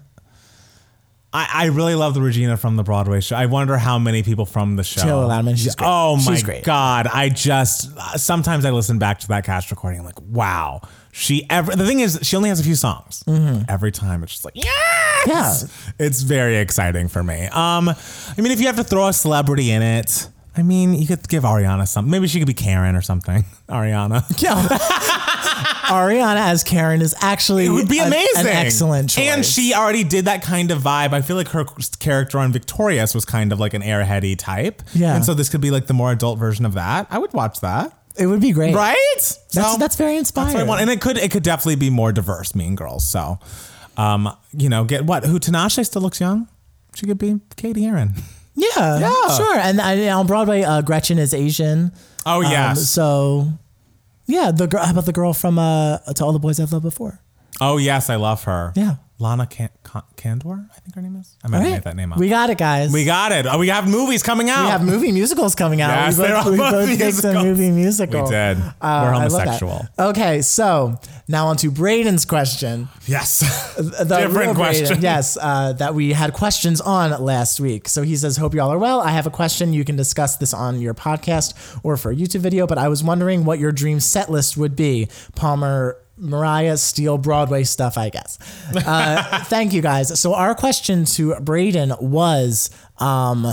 I, I really love the Regina from the Broadway show. I wonder how many people from the show. Taylor Lautner, she's great. Oh my She's great. god! I just sometimes I listen back to that cast recording. I'm like, wow. She ever the thing is she only has a few songs. Mm-hmm. Every time it's just like yes, it's very exciting for me. Um, I mean, if you have to throw a celebrity in it, I mean, you could give Ariana something. Maybe she could be Karen or something. Ariana. No. Ariana as Karen is actually It would be an- amazing. An excellent choice. And she already did that kind of vibe. I feel like her character on Victorious was kind of like an airheady type. Yeah. And so this could be like the more adult version of that. I would watch that. it would be great. Right? That's So that's very that's inspiring. what I want. And it could it could definitely be more diverse, Mean Girls. So um, you know, get what? Who Tinashe still looks young? She could be Katie Aaron. yeah, Yeah. sure. And, and on Broadway, uh, Gretchen is Asian. Oh Um, yes. so, yeah, the girl. How about the girl from uh, "To All the Boys I've Loved Before"? oh yes, I love her. Yeah. Lana Can- Can- Candor, I think her name is. I might have made that name up. We We, got it, guys. We, got it. Oh, we have movies coming out. have movie musicals coming out. Yes, we they're both, all we both both picked a musicals. movie musical. we did. Uh, We're I love that. homosexual. Okay, so now on to Braden's question. Yes. The real Different Braden, question. yes, uh, that we had questions on last week. So he says, Hope you all are well. I have a question. You can discuss this on your podcast or for a YouTube video, but I was wondering what your dream set list would be. Palmer. Mariah Steele Broadway stuff, I guess. Uh, thank you guys. So, our question to Braden was um,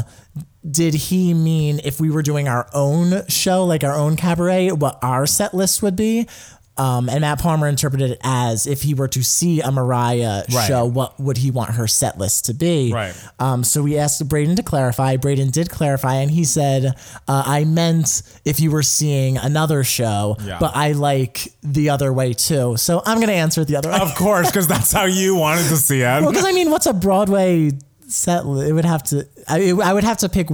Did he mean if we were doing our own show, like our own cabaret, what our set list would be? Um, and Matt Palmer interpreted it as if he were to see a Mariah Right. show, what would he want her set list to be? Right. Um, so we asked Braden to clarify. Braden did clarify, and he said, uh, "I meant if you were seeing another show, Yeah. but I like the other way too." So I'm gonna answer it the other way. Of course, because that's how you wanted to see it. Well, because I mean, what's a Broadway set? li- It would have to. I, it- I would have to pick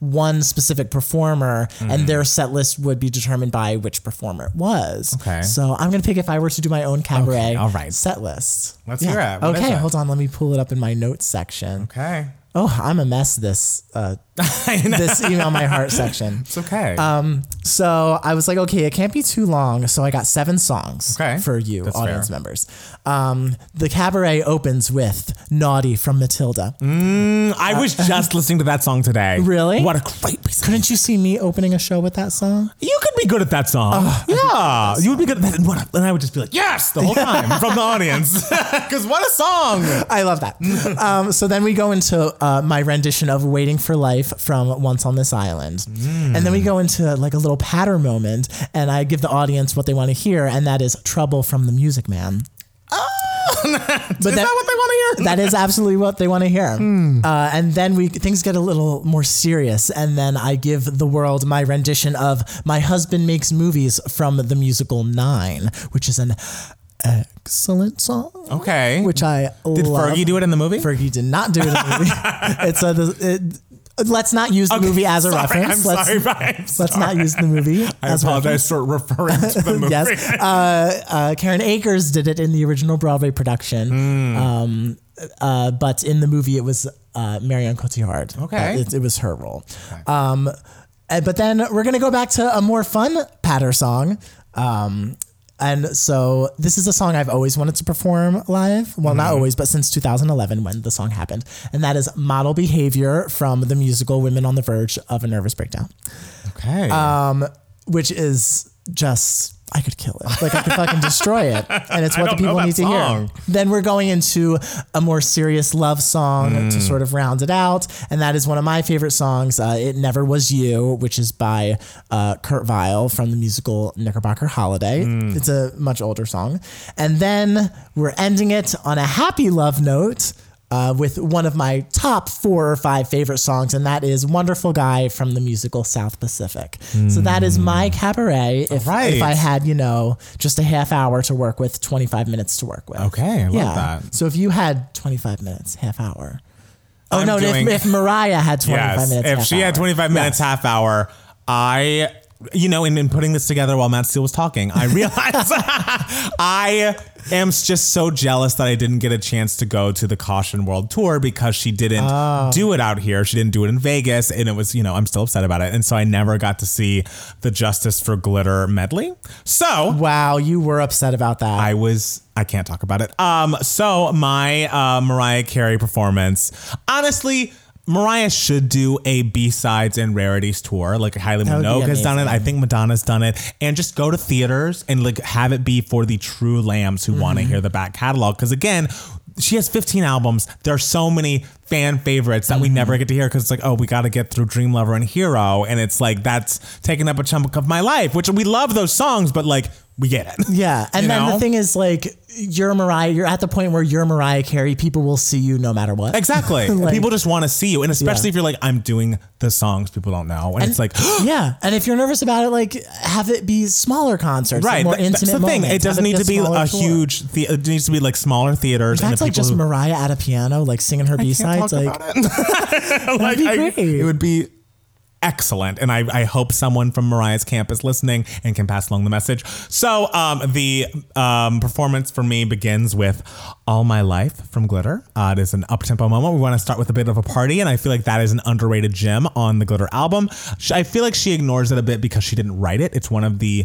one specific performer, Mm-hmm. and their set list would be determined by which performer it was. Okay. So I'm gonna pick if I were to do my own cabaret. Okay, all right. Set list. Let's hear it. What is okay, it? hold on. Let me pull it up in my notes section. okay. Oh, I'm a mess. This uh, I know. this email my heart section. It's okay. Um, So I was like, okay, it can't be too long. So I got seven songs Okay. for you, That's audience fair. members. Um, the cabaret opens with "Naughty" from Matilda. Mm. I was just listening to that song today. uh, Really? What a great piece of Couldn't you see me opening a show with that song? You could be good at that song. yeah. You would be good at that. And, what a- and I would just be like, yes, the whole time from the audience. Because what a song. I love that. um, so then we go into uh, my rendition of "Waiting for Life" from "Once on This Island," Mm. and then we go into like a little patter moment, and I give the audience what they want to hear, and that is "Trouble" from the Music Man. But Is Oh, that, that- what Hmm. they want to hear? that is absolutely what they want to hear. Uh, and then we things get a little more serious, and then I give the world my rendition of "My Husband Makes Movies" from the musical Nine, which is an excellent song. okay. Which I Did love. Fergie do it in the movie? Fergie did not do it. In the movie. it's a. the- It, let's not use the movie as a Sorry, reference. I'm let's sorry, Ryan. let's not use the movie I as a reference. apologize for referring to the movie. Yes. Uh, uh, Karen Akers did it in the original Broadway production. Hmm. Um, uh, but in the movie, it was uh, Marion Cotillard. Okay. Uh, it, it was her role. Um, and- but then we're going to go back to a more fun patter song. Um, and so this is a song I've always wanted to perform live. Well, Hmm. not always, but since 2011 when the song happened. And that is Model Behavior from the musical Women on the Verge of a Nervous Breakdown Okay. um, which is just I could kill it. Like I could fucking destroy it, and it's I what the don't know people that need to hear. song. Then we're going into a more serious love song to sort of round it out, and that is one of my favorite songs. Uh, it never was you, which is by uh, Kurt Vile from the musical Knickerbocker Holiday. It's a much older song, and then we're ending it on a happy love note. Uh, with one of my top four or five favorite songs, and that is "Wonderful Guy" from the musical South Pacific. So that is my cabaret. If, All if I right. had, you know, just a half hour to work with, 25 minutes to work with. okay. I love Yeah. that. So if you had 25 minutes, half hour. Oh, I'm no. doing- if, if Mariah had 25 Yes. minutes, If half she had hour. 25 minutes, half hour, I, you know, in, in putting this together while Matt Steele was talking, I realized I am just so jealous that I didn't get a chance to go to the Caution World Tour because she didn't Oh. do it out here. She didn't do it in Vegas. And it was, you know, I'm still upset about it. And so I never got to see the Justice for Glitter medley. So Wow, you were upset about that. I was I can't talk about it. Um, so my uh, Mariah Carey performance, honestly. Mariah should do a B sides and rarities tour, like Kylie would be Minogue has done it. amazing. I think Madonna's done it, and just go to theaters and like have it be for the true lambs who want Mm-hmm. to hear the back catalog. Because again, she has 15 albums. There are so many fan favorites that we Mm-hmm. never get to hear because it's like, oh, we got to get through Dream Lover and Hero, and it's like that's taking up a chunk of my life. Which we love those songs, but like we get it. yeah. And You then the know? thing is, like, you're Mariah, you're at the point where you're Mariah Carey. People will see you no matter what. Exactly. Like- people just want to see you. And especially if you're like, I'm doing the songs people don't know. And, it's like, yeah. And if you're nervous about it, like, have it be smaller concerts, right. right? More th- intimate that's the thing. moments. It doesn't Have need be to be smaller a tour. huge, the- it needs to be like smaller theaters. That's and like the people just who- Mariah at a piano, like singing her B I sides. can't talk Like, about it. Like, be I- great. it would be excellent. And I, I hope someone from Mariah's camp is listening and can pass along the message. So um, the um, performance for me begins with All My Life from Glitter. Uh, it is an up-tempo moment. We want to start with a bit of a party. And I feel like that is an underrated gem on the Glitter album. She- I feel like she ignores it a bit because she didn't write it. It's one of the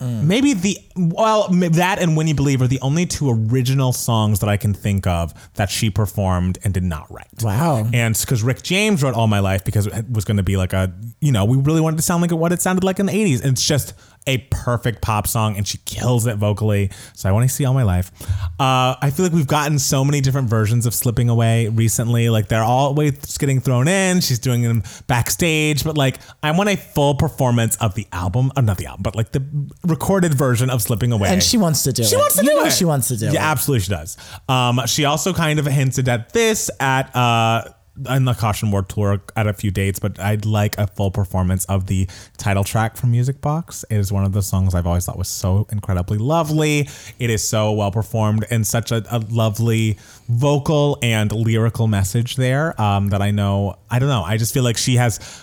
Maybe the well m- that and When You Believe are the only two original songs that I can think of that she performed and did not write. Wow. And because Rick James wrote All My Life because it was going to be like a, you know, we really wanted to sound like what it sounded like in the 80s. And it's just a perfect pop song and she kills it vocally. So I want to see All My Life. Uh, I feel like we've gotten so many different versions of Slipping Away recently. Like they're always getting thrown in. She's doing them backstage. But like I want a full performance of the album, uh, not the album, but like the recorded version of Slipping Away. And she wants to do it. She wants to you do know it. She wants to do yeah, it. absolutely, she does. Um, she also kind of hinted at this at uh, in the Caution War tour at a few dates, but I'd like a full performance of the title track from Music Box. It is one of the songs I've always thought was so incredibly lovely. It is so well performed and such a, a lovely vocal and lyrical message there um, that I know. I don't know. I just feel like she has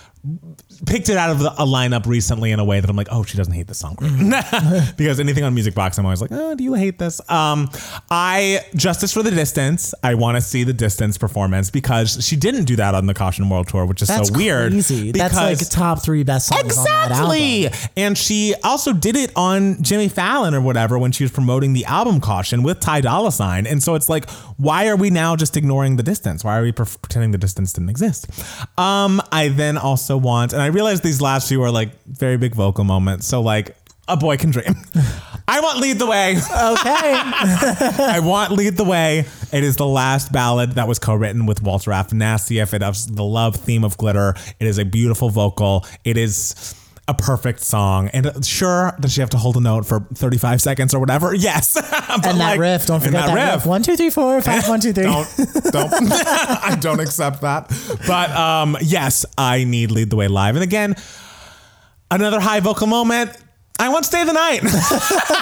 picked it out of the, a lineup recently in a way that I'm like, oh, she doesn't hate this song. Mm-hmm. because anything on Music Box, I'm always like, oh, do you hate this? Um, I Justice for the Distance. I want to see the Distance performance because she didn't do that on the Caution World Tour, which is That's so weird. crazy. That's because- like top three best songs on that album. Exactly. And she also did it on Jimmy Fallon or whatever when she was promoting the album Caution with Ty Dolla Sign. And so it's like, why are we now just ignoring the distance? Why are we pre- pretending the distance didn't exist? Um, I then also want, and I realize these last few are like very big vocal moments. So like, a boy can dream. I want lead the way. Okay. I want Lead the Way. It is the last ballad that was co-written with Walter Afanasieff. It has the love theme of glitter. It is a beautiful vocal. It is a perfect song. And uh, sure, does she have to hold a note for 35 seconds or whatever? Yes. But and that like- riff. Don't and forget that, riff. One, two, three, four, five, one, two, three. don't don't I don't accept that. But um yes, I need Lead the Way live. And again, another high vocal moment. I want to stay the night.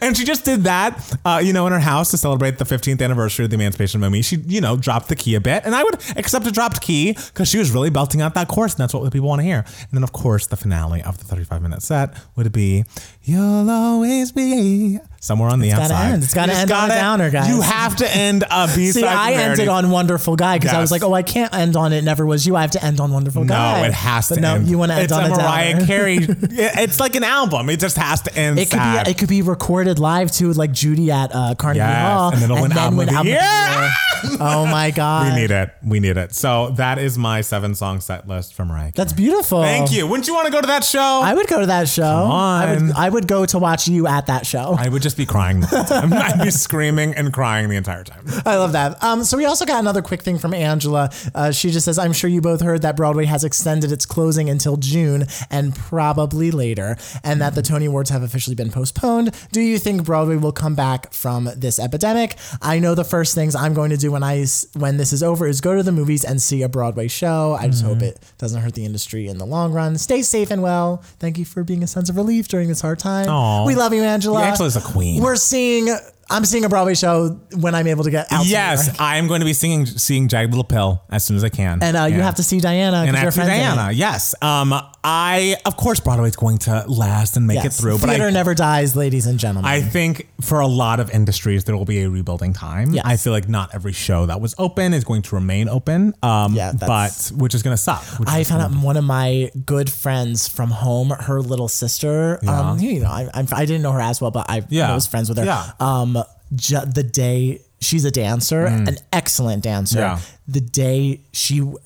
and she just did that, uh, you know, in her house to celebrate the 15th anniversary of the Emancipation of Momi. She, you know, dropped the key a bit. And I would accept a dropped key because she was really belting out that chorus. And that's what the people want to hear. And then, of course, the finale of the 35 minute set would be You'll Always Be somewhere on the gotta outside. end. It's gotta You end just on a downer, guys. You have to end a B side. See, I ended on Wonderful Guy because I was Yes. like, oh, I can't end on It Never Was You. I have to end on Wonderful Guy. No, it has but to no, end. you want to end it's on a a Mariah downer. Carey. it's like an album. It just has to end. It could sad. be it could be recorded live too, like Judy at uh, Carnegie Yes, Hall, and then it'll win Album of the win Year. of the Year. Oh my god, We need it. We need it. So that is my seven song set list from Mariah. that's beautiful. Carey. Thank you. Wouldn't you want to go to that show? I, I would go to that show. I on. would I would go to watch you at that show. would just be crying the whole time. I'd be screaming and crying the entire time. I love that. Um, so we also got another quick thing from Angela. Uh, she just says, "I'm sure you both heard that Broadway has extended its closing until June and probably later, and that the Mm-hmm. Tony Awards have officially been postponed. Do you think Broadway will come back from this epidemic? I know the first things I'm going to do when I s- when this is over is go to the movies and see a Broadway show. I just hope Mm-hmm. it doesn't hurt the industry in the long run. Stay safe and well. Thank you for being a sense of relief during this hard time. Aw. We love you, Angela. Angela's a queen. We're seeing." I'm seeing a Broadway show when I'm able to get out. somewhere. Yes, I am going to be singing, seeing Jagged Little Pill as soon as I can. And uh, you Yeah. have to see Diana. And 'cause after you're friends in it. Diana, yes. Um, I of course Broadway's going to last and make Yes. it through, but Theater I, never dies, ladies and gentlemen. I think for a lot of industries, there will be a rebuilding time. Yes. I feel like not every show that was open is going to remain open. Um, Yeah, that's- but which is going to suck. which I is- found out one of my good friends from home, her little sister. Um, you know, I, I'm, I didn't know her as well, but I, Yeah. I was friends with her. Yeah. Um, ju- the day she's a dancer, an excellent dancer. Mm. Yeah. The day she w-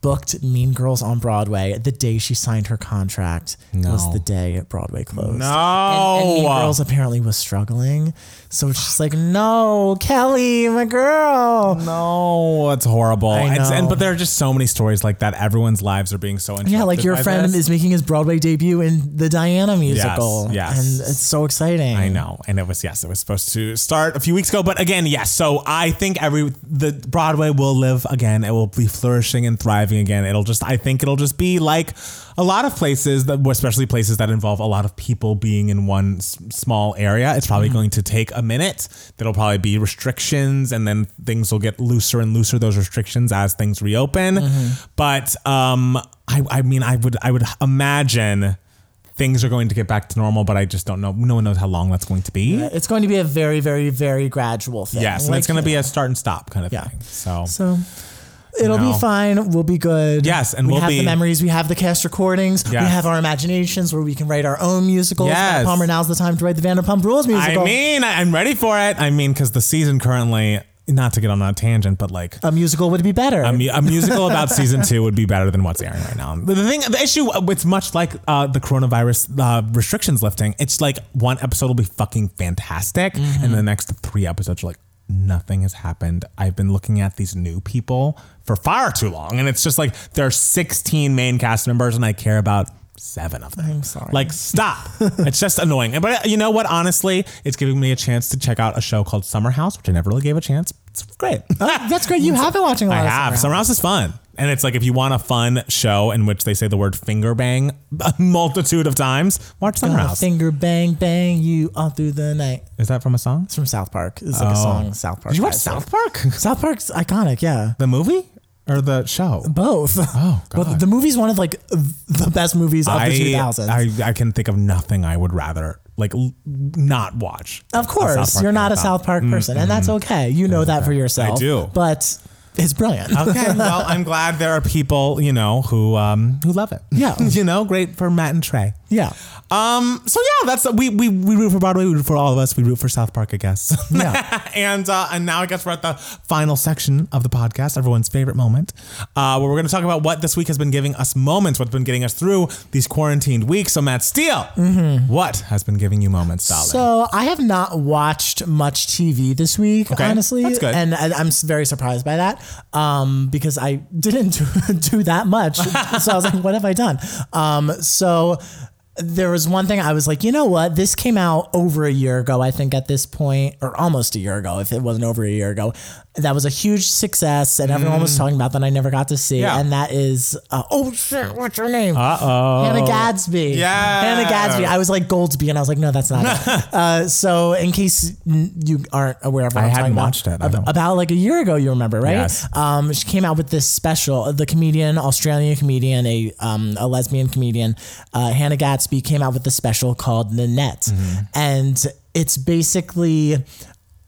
booked Mean Girls on Broadway, the day she signed her contract was No. the day Broadway closed. no. And, and Mean Oh. Girls apparently was struggling. So it's just like, no, Kelly, my girl. No, it's horrible. It's- and know. but there are just so many stories like that. Everyone's lives are being so interrupted. Yeah, like your by friend this. is making his Broadway debut in the Diana musical. yes. And it's so exciting. I know, and it was yes, it was supposed to start a few weeks ago, but again, yes. So I think every the Broadway will live again. It will be flourishing and thriving again. It'll just, I think, it'll just be like a lot of places that, especially places that involve a lot of people being in one s- small area. It's probably going to take a minute. There'll probably be restrictions, and then things will get looser and looser. Those restrictions as things reopen, but um. I, I mean, I would, I would imagine things are going to get back to normal, but I just don't know. No one knows how long that's going to be. It's going to be a very, very, very gradual thing. Yes, and Like, it's going to be a start and stop kind of Yeah. thing. So, So it'll No. be fine. We'll be good. Yes, and we we'll have be- the memories. We have the cast recordings. We Yes. have our imaginations where we can write our own musicals. Yes. Matt Palmer, now's the time to write the Vanderpump Rules musical. I mean, I- I'm ready for it. I mean, because the season currently, not to get on that tangent, but like a musical would be better. a, mu- a musical about season two would be better than what's airing right now. The the thing, the issue, it's much like uh, the coronavirus uh, restrictions lifting. It's like one episode will be fucking fantastic, Mm-hmm. and the next three episodes are like nothing has happened. I've been looking at these new people for far too long, and it's just like there are 16 main cast members, and I care about. Seven of them. I'm sorry. Like, stop. it's just annoying. But uh, you know what? Honestly, it's giving me a chance to check out a show called Summer House, which I never really gave a chance. It's great. That's great. You have been watching a lot of I have. Summer Summer House. House is fun. And it's like if you want a fun show in which they say the word finger bang a multitude of times, watch Summer Gonna House. Finger bang bang you all through the night. Is that from a song? It's from South Park. It's like a song South Park. Did you watch has. South Park? South Park's iconic, yeah. The movie or the show? Both. Oh, God. the movie's one of like the best movies of the 2000s. I, I can think of nothing I would rather like l- not watch. Of course, you're not a South Park person, and that's okay. You know that for yourself. do. but it's brilliant. okay, well, I'm glad there are people you know who um who love it. Yeah. you know, great for Matt and Trey. yeah, Um, so yeah, that's we we we root for Broadway, we root for all of us, we root for South Park, I guess. Yeah. and uh, and now I guess we're at the final section of the podcast, everyone's favorite moment, uh, where we're going to talk about what this week has been giving us moments, what's been getting us through these quarantined weeks. So Matt Steele, what has been giving you moments, darling? Mm-hmm. So I have not watched much TV this week, Okay, honestly, that's good. and I, I'm s- very surprised by that um, because I didn't do, do that much. so I was like, what have I done? Um, so there was one thing I was like, you know what? This came out over a year ago, I think, at this point, or almost a year ago, if it wasn't over a year ago. That was a huge success, and everyone was talking about that. I never got to see, Mm. Yeah. and that is uh, oh shit, what's her name? Uh Uh-oh. Hannah Gadsby. Yeah. Hannah Gadsby. I was like Goldsby, and I was like, no, that's not it. uh, so, in case n- you aren't aware of what I am hadn't talking watched it. about, I ab- don't- about like a year ago, you remember, right? Yes. Um, she came out with this special. uh, The comedian, Australian comedian, a um, a lesbian comedian, uh, Hannah Gadsby, came out with this special called Nanette, Mm-hmm. and it's basically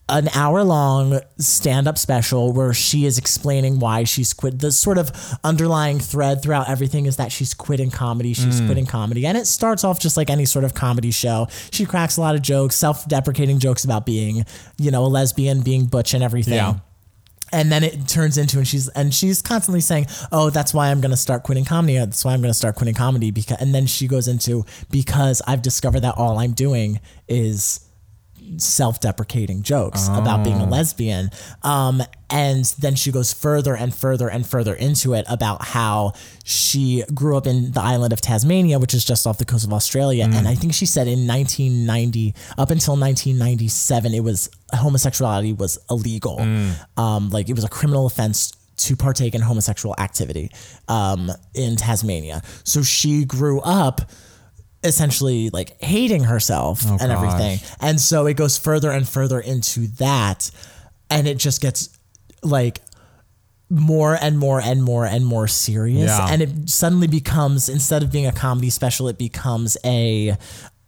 an hour long stand up special where she is explaining why she's quit. The sort of underlying thread throughout everything is that she's quitting comedy. She's quitting comedy. And it starts off just like any sort of comedy show. She cracks a lot of jokes, self deprecating jokes about being, you know, a lesbian, being butch and everything Yeah. and then it turns into and she's and she's constantly saying oh that's why i'm going to start quitting comedy Oh, that's why i'm going to start quitting comedy because and then she goes into because i've discovered that all i'm doing is self-deprecating jokes about being a lesbian um, and then she goes further and further and further into it about how she grew up in the island of tasmania which is just off the coast of australia and i think she said in 1990 up until 1997 it was homosexuality was illegal um, like it was a criminal offense to partake in homosexual activity um, in tasmania so she grew up essentially like hating herself Oh, and everything. And so it goes further and further into that and it just gets like more and more and more and more serious Yeah. and it suddenly becomes instead of being a comedy special it becomes a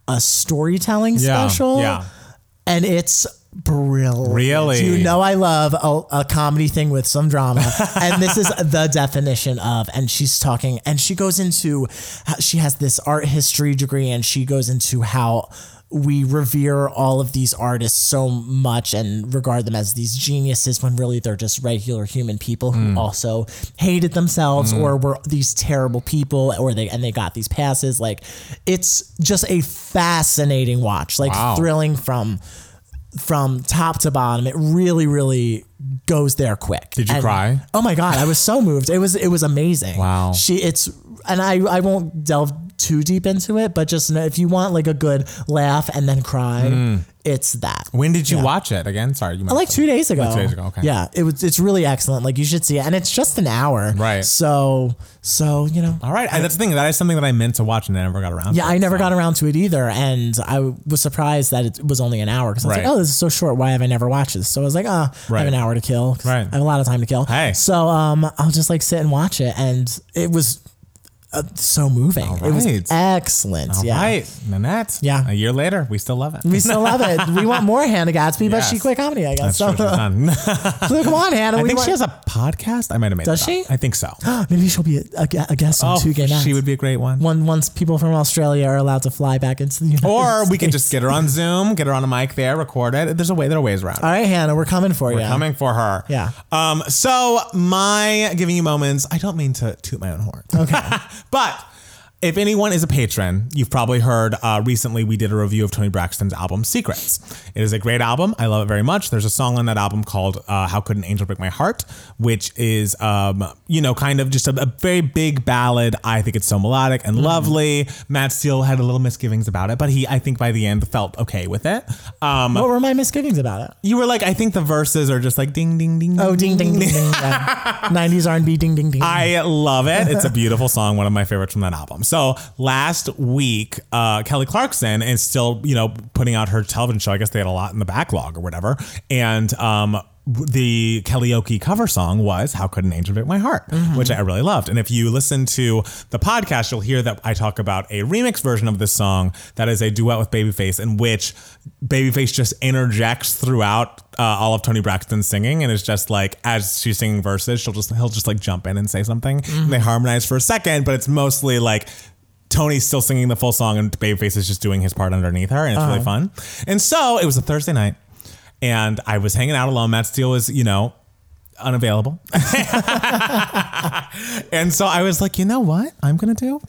a storytelling Yeah, special yeah. and it's brilliant Really? you know i love a, a comedy thing with some drama and this is the definition of and she's talking and she goes into how- she has this art history degree and she goes into how we revere all of these artists so much and regard them as these geniuses when really they're just regular human people who also hated themselves or were these terrible people or they and they got these passes like it's just a fascinating watch like Wow. thrilling from from top to bottom. It really, really goes there quick. Did you cry? Oh my god, I was so moved. It was it was amazing. Wow. She it's and I I won't delve too deep into it, but just know if you want like a good laugh and then cry, Mm. it's that. when did you watch it again? Sorry, you might Like two days ago. two days ago, okay. Yeah, it was. It's really excellent. Like you should see it, and it's just an hour. Right. So, so you know, All right, I, that's the thing. That is something that I meant to watch and I never got around. Yeah, to I it, never so. got around to it either, and I was surprised that it was only an hour because I was Right. like, "Oh, this is so short. Why have I never watched this?" So I was like, "Ah, I Right. have an hour to kill. 'cause Right. I have a lot of time to kill." Hey. so um, I'll just like sit and watch it, and it was uh, so moving. It was right. excellent. yeah. Right, Nanette. Yeah. A year later, we still love it. We still love it. We want more Hannah Gadsby, but Yes. she quit comedy, I guess. That's true, So, she's done. so come on, Hannah. I we think want- she has a podcast. I might have made. Does it she? Up. I think so. Maybe she'll be a, a, gu- a guest on two gay nights. Oh, she would be a great one. One, once people from Australia are allowed to fly back into the United Or we can States. just get her on Zoom, get her on a mic there, record it. There's a way. There are ways around. it. All right, Hannah, we're coming for you. Coming for her. Yeah. Um. So my giving you moments. I don't mean to toot my own horn. Okay. but if anyone is a patron, you've probably heard uh, recently we did a review of Tony Braxton's album Secrets. It is a great album. I love it very much. There's a song on that album called uh, "How Could an Angel Break My Heart," which is um you know kind of just a, a very big ballad. I think it's so melodic and Mm-hmm. lovely. Matt Steele had a little misgivings about it, but he I think by the end felt okay with it. Um, What were my misgivings about it? you were like, I think the verses are just like ding, ding, ding. Oh, ding, ding, ding, ding. yeah. 90s R&B, ding, ding, ding. I love it. It's a beautiful song, one of my favorites from that album. So last week, uh, Kelly Clarkson is still, you know, putting out her television show. I guess they had a lot in the backlog or whatever. And um, the Kellyoke cover song was "How Could an Angel Break My Heart," which I really loved. And if you listen to the podcast, you'll hear that I talk about a remix version of this song that is a duet with Babyface, in which Babyface just interjects throughout uh, all of Tony Braxton's singing, and it's just like as she's singing verses, she'll just he'll just like jump in and say something, and they harmonize for a second, but it's mostly like. Tony's still singing the full song, and Babyface is just doing his part underneath her, and it's really fun. And so it was a Thursday night, and I was hanging out alone. Matt Steele was, you know, unavailable. and so I was like, you know what I'm going to do?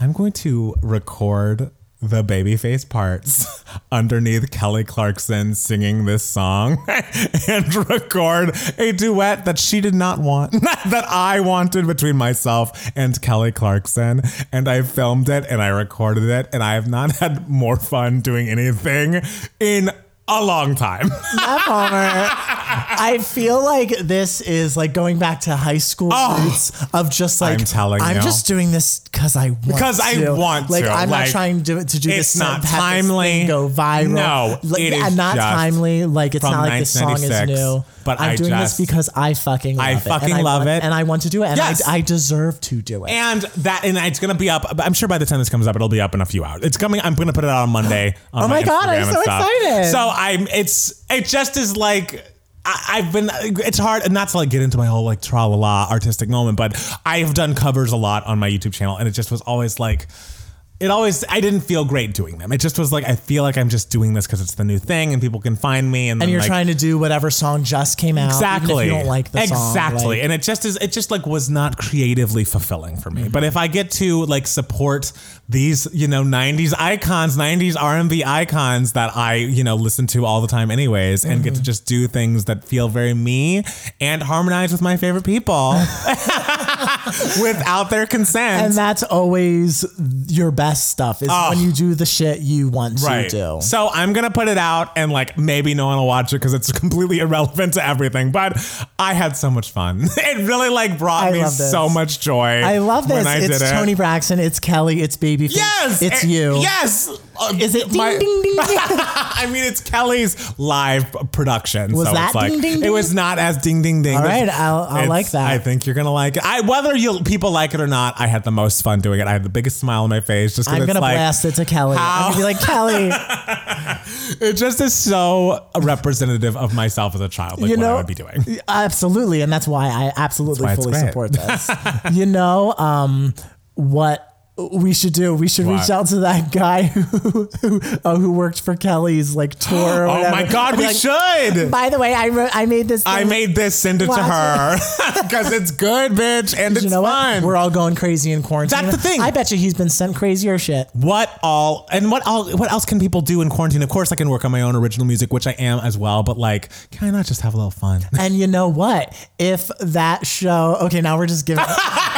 I'm going to record the babyface parts underneath Kelly Clarkson singing this song and record a duet that she did not want, that I wanted between myself and Kelly Clarkson. And I filmed it and I recorded it. And I have not had more fun doing anything in a long time. That bummer. I feel like this is like going back to high school roots of just like Oh. I'm telling I'm you. just doing this because I want 'Cause I to. want like to. I'm not Like, trying to, to do this it's to not have this thing timely. go viral No, like, it yeah, is not just timely like it's from not like this song is 1996, new but I'm I doing just- this because I fucking love I it and fucking love want- it. and I want to do it and Yes. I, I deserve to do it And that, and it's gonna be up. I'm sure by the time this comes up, it'll be up in a few hours. It's coming. I'm gonna put it out on Monday. On Oh my God, I'm Instagram and so stuff. excited. So I'm. It's. It just is like. I- I've been. It's hard not to like get into my whole like tra la la artistic moment, but I have done covers a lot on my YouTube channel, and it just was always like. It always, I didn't feel great doing them. It just was like, I feel like I'm just doing this because it's the new thing and people can find me. And, and then, you're like, trying to do whatever song just came out Exactly. even if you don't like the song exactly. like- and it just is. It just like was not creatively fulfilling for me. But if I get to like support these, you know, '90s icons, '90s R&B icons that I, you know, listen to all the time, anyways, and Mm-hmm. get to just do things that feel very me and harmonize with my favorite people without their consent. And that's always your best stuff is Ah. when you do the shit you want to do. So I'm gonna put it out, and like maybe no one will watch it because it's completely irrelevant to everything. But I had so much fun. It really like brought I me love this. so much joy. I love this. When I it's did it. Tony Braxton. It's Kelly. It's Babyface. Yes, Eh, it's it- you. Yes. Uh, Is it ding my- ding ding? ding? I mean, it's Kelly's live production. Was so that it's like, ding, ding, It was ding? not as ding ding ding. All right, It's- I'll- I'll it's- like that. I think you're gonna like it. I whether you people like it or not, I had the most fun doing it. I had the biggest smile on my face. Just 'cause I'm it's gonna like, blast it to Kelly. how- I'm gonna be like Kelly. It just is so representative of myself as a child, like You what know- I would be doing. absolutely, and that's why I absolutely That's why fully it's support this. you know, um, what we should do? We should What? reach out to that guy who who, oh, who worked for Kelly's like tour. Or Oh my god, we should! By the way, I wrote, I made this. I thing." made this, send it to Watch her. Because it's good, bitch, and it's you know fun. what? We're all going crazy in quarantine. That's the thing. I bet you he's been sent crazier shit. what all and what all what else can people do in quarantine? Of course I can work on my own original music, which I am as well, but like, can I not just have a little fun? And you know what? If that show, okay, now we're just giving.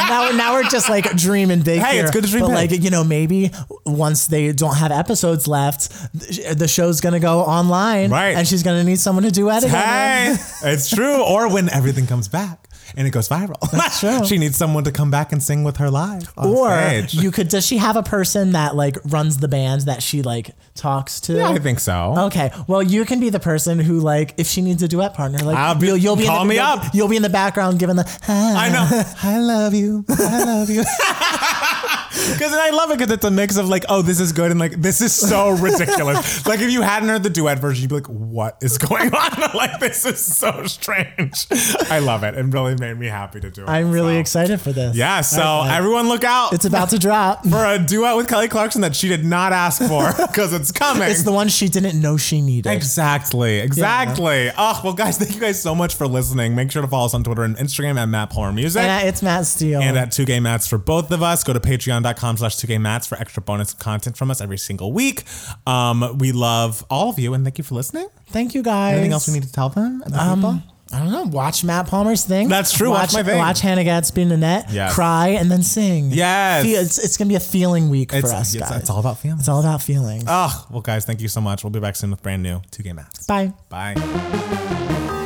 now, now we're just like dreaming big. Hey, here. it's good to dream But big. like you know, maybe once they don't have episodes left, th- the show's gonna go online, Right. And she's gonna need someone to do editing. hey, it's true. Or when everything comes back and it goes viral. That's true. she needs someone to come back and sing with her live. on Or stage. you could. Does she have a person that like runs the band that she like talks to? Yeah, I think so. Okay. Well, you can be the person who, like, if she needs a duet partner, like, I'll be- you'll, you'll be in call the, me you'll, up. You'll be in the background giving the. I know. I love you. I love you. Because I love it because it's a mix of like, oh, this is good and like, this is so ridiculous. like, if you hadn't heard the duet version, you'd be like, what is going on? like, this is so strange. I love it. It really made me happy to do it. I'm really so. excited for this. Yeah, so Okay. everyone look out It's about to drop. for a duet with Kelly Clarkson that she did not ask for because it's coming. It's the one she didn't know she needed. Exactly. Exactly. Oh, well, guys, thank you guys so much for listening. Make sure to follow us on Twitter and Instagram at Matt Horror Music. And I- it's Matt Steele. and uh, at 2 Gay Mats for both of us. Go to patreon.com slash 2 Gay Mats for extra bonus content from us every single week. Um, we love all of you and thank you for listening. Um, Thank you guys. Anything else we need to tell them? and the people? I don't know. Watch Matt Palmer's thing. That's true, Watch, watch my thing. watch Hannah Gadsby in the net. Yes. Cry and then sing. Yes. Feel- it's it's gonna be a feeling week It's, Uh, for us it's, guys. it's all about Ah, feelings. It's all about feelings. Oh, well, guys, thank you so much. We'll be back soon with brand new 2 Gay Mats. Bye. Bye.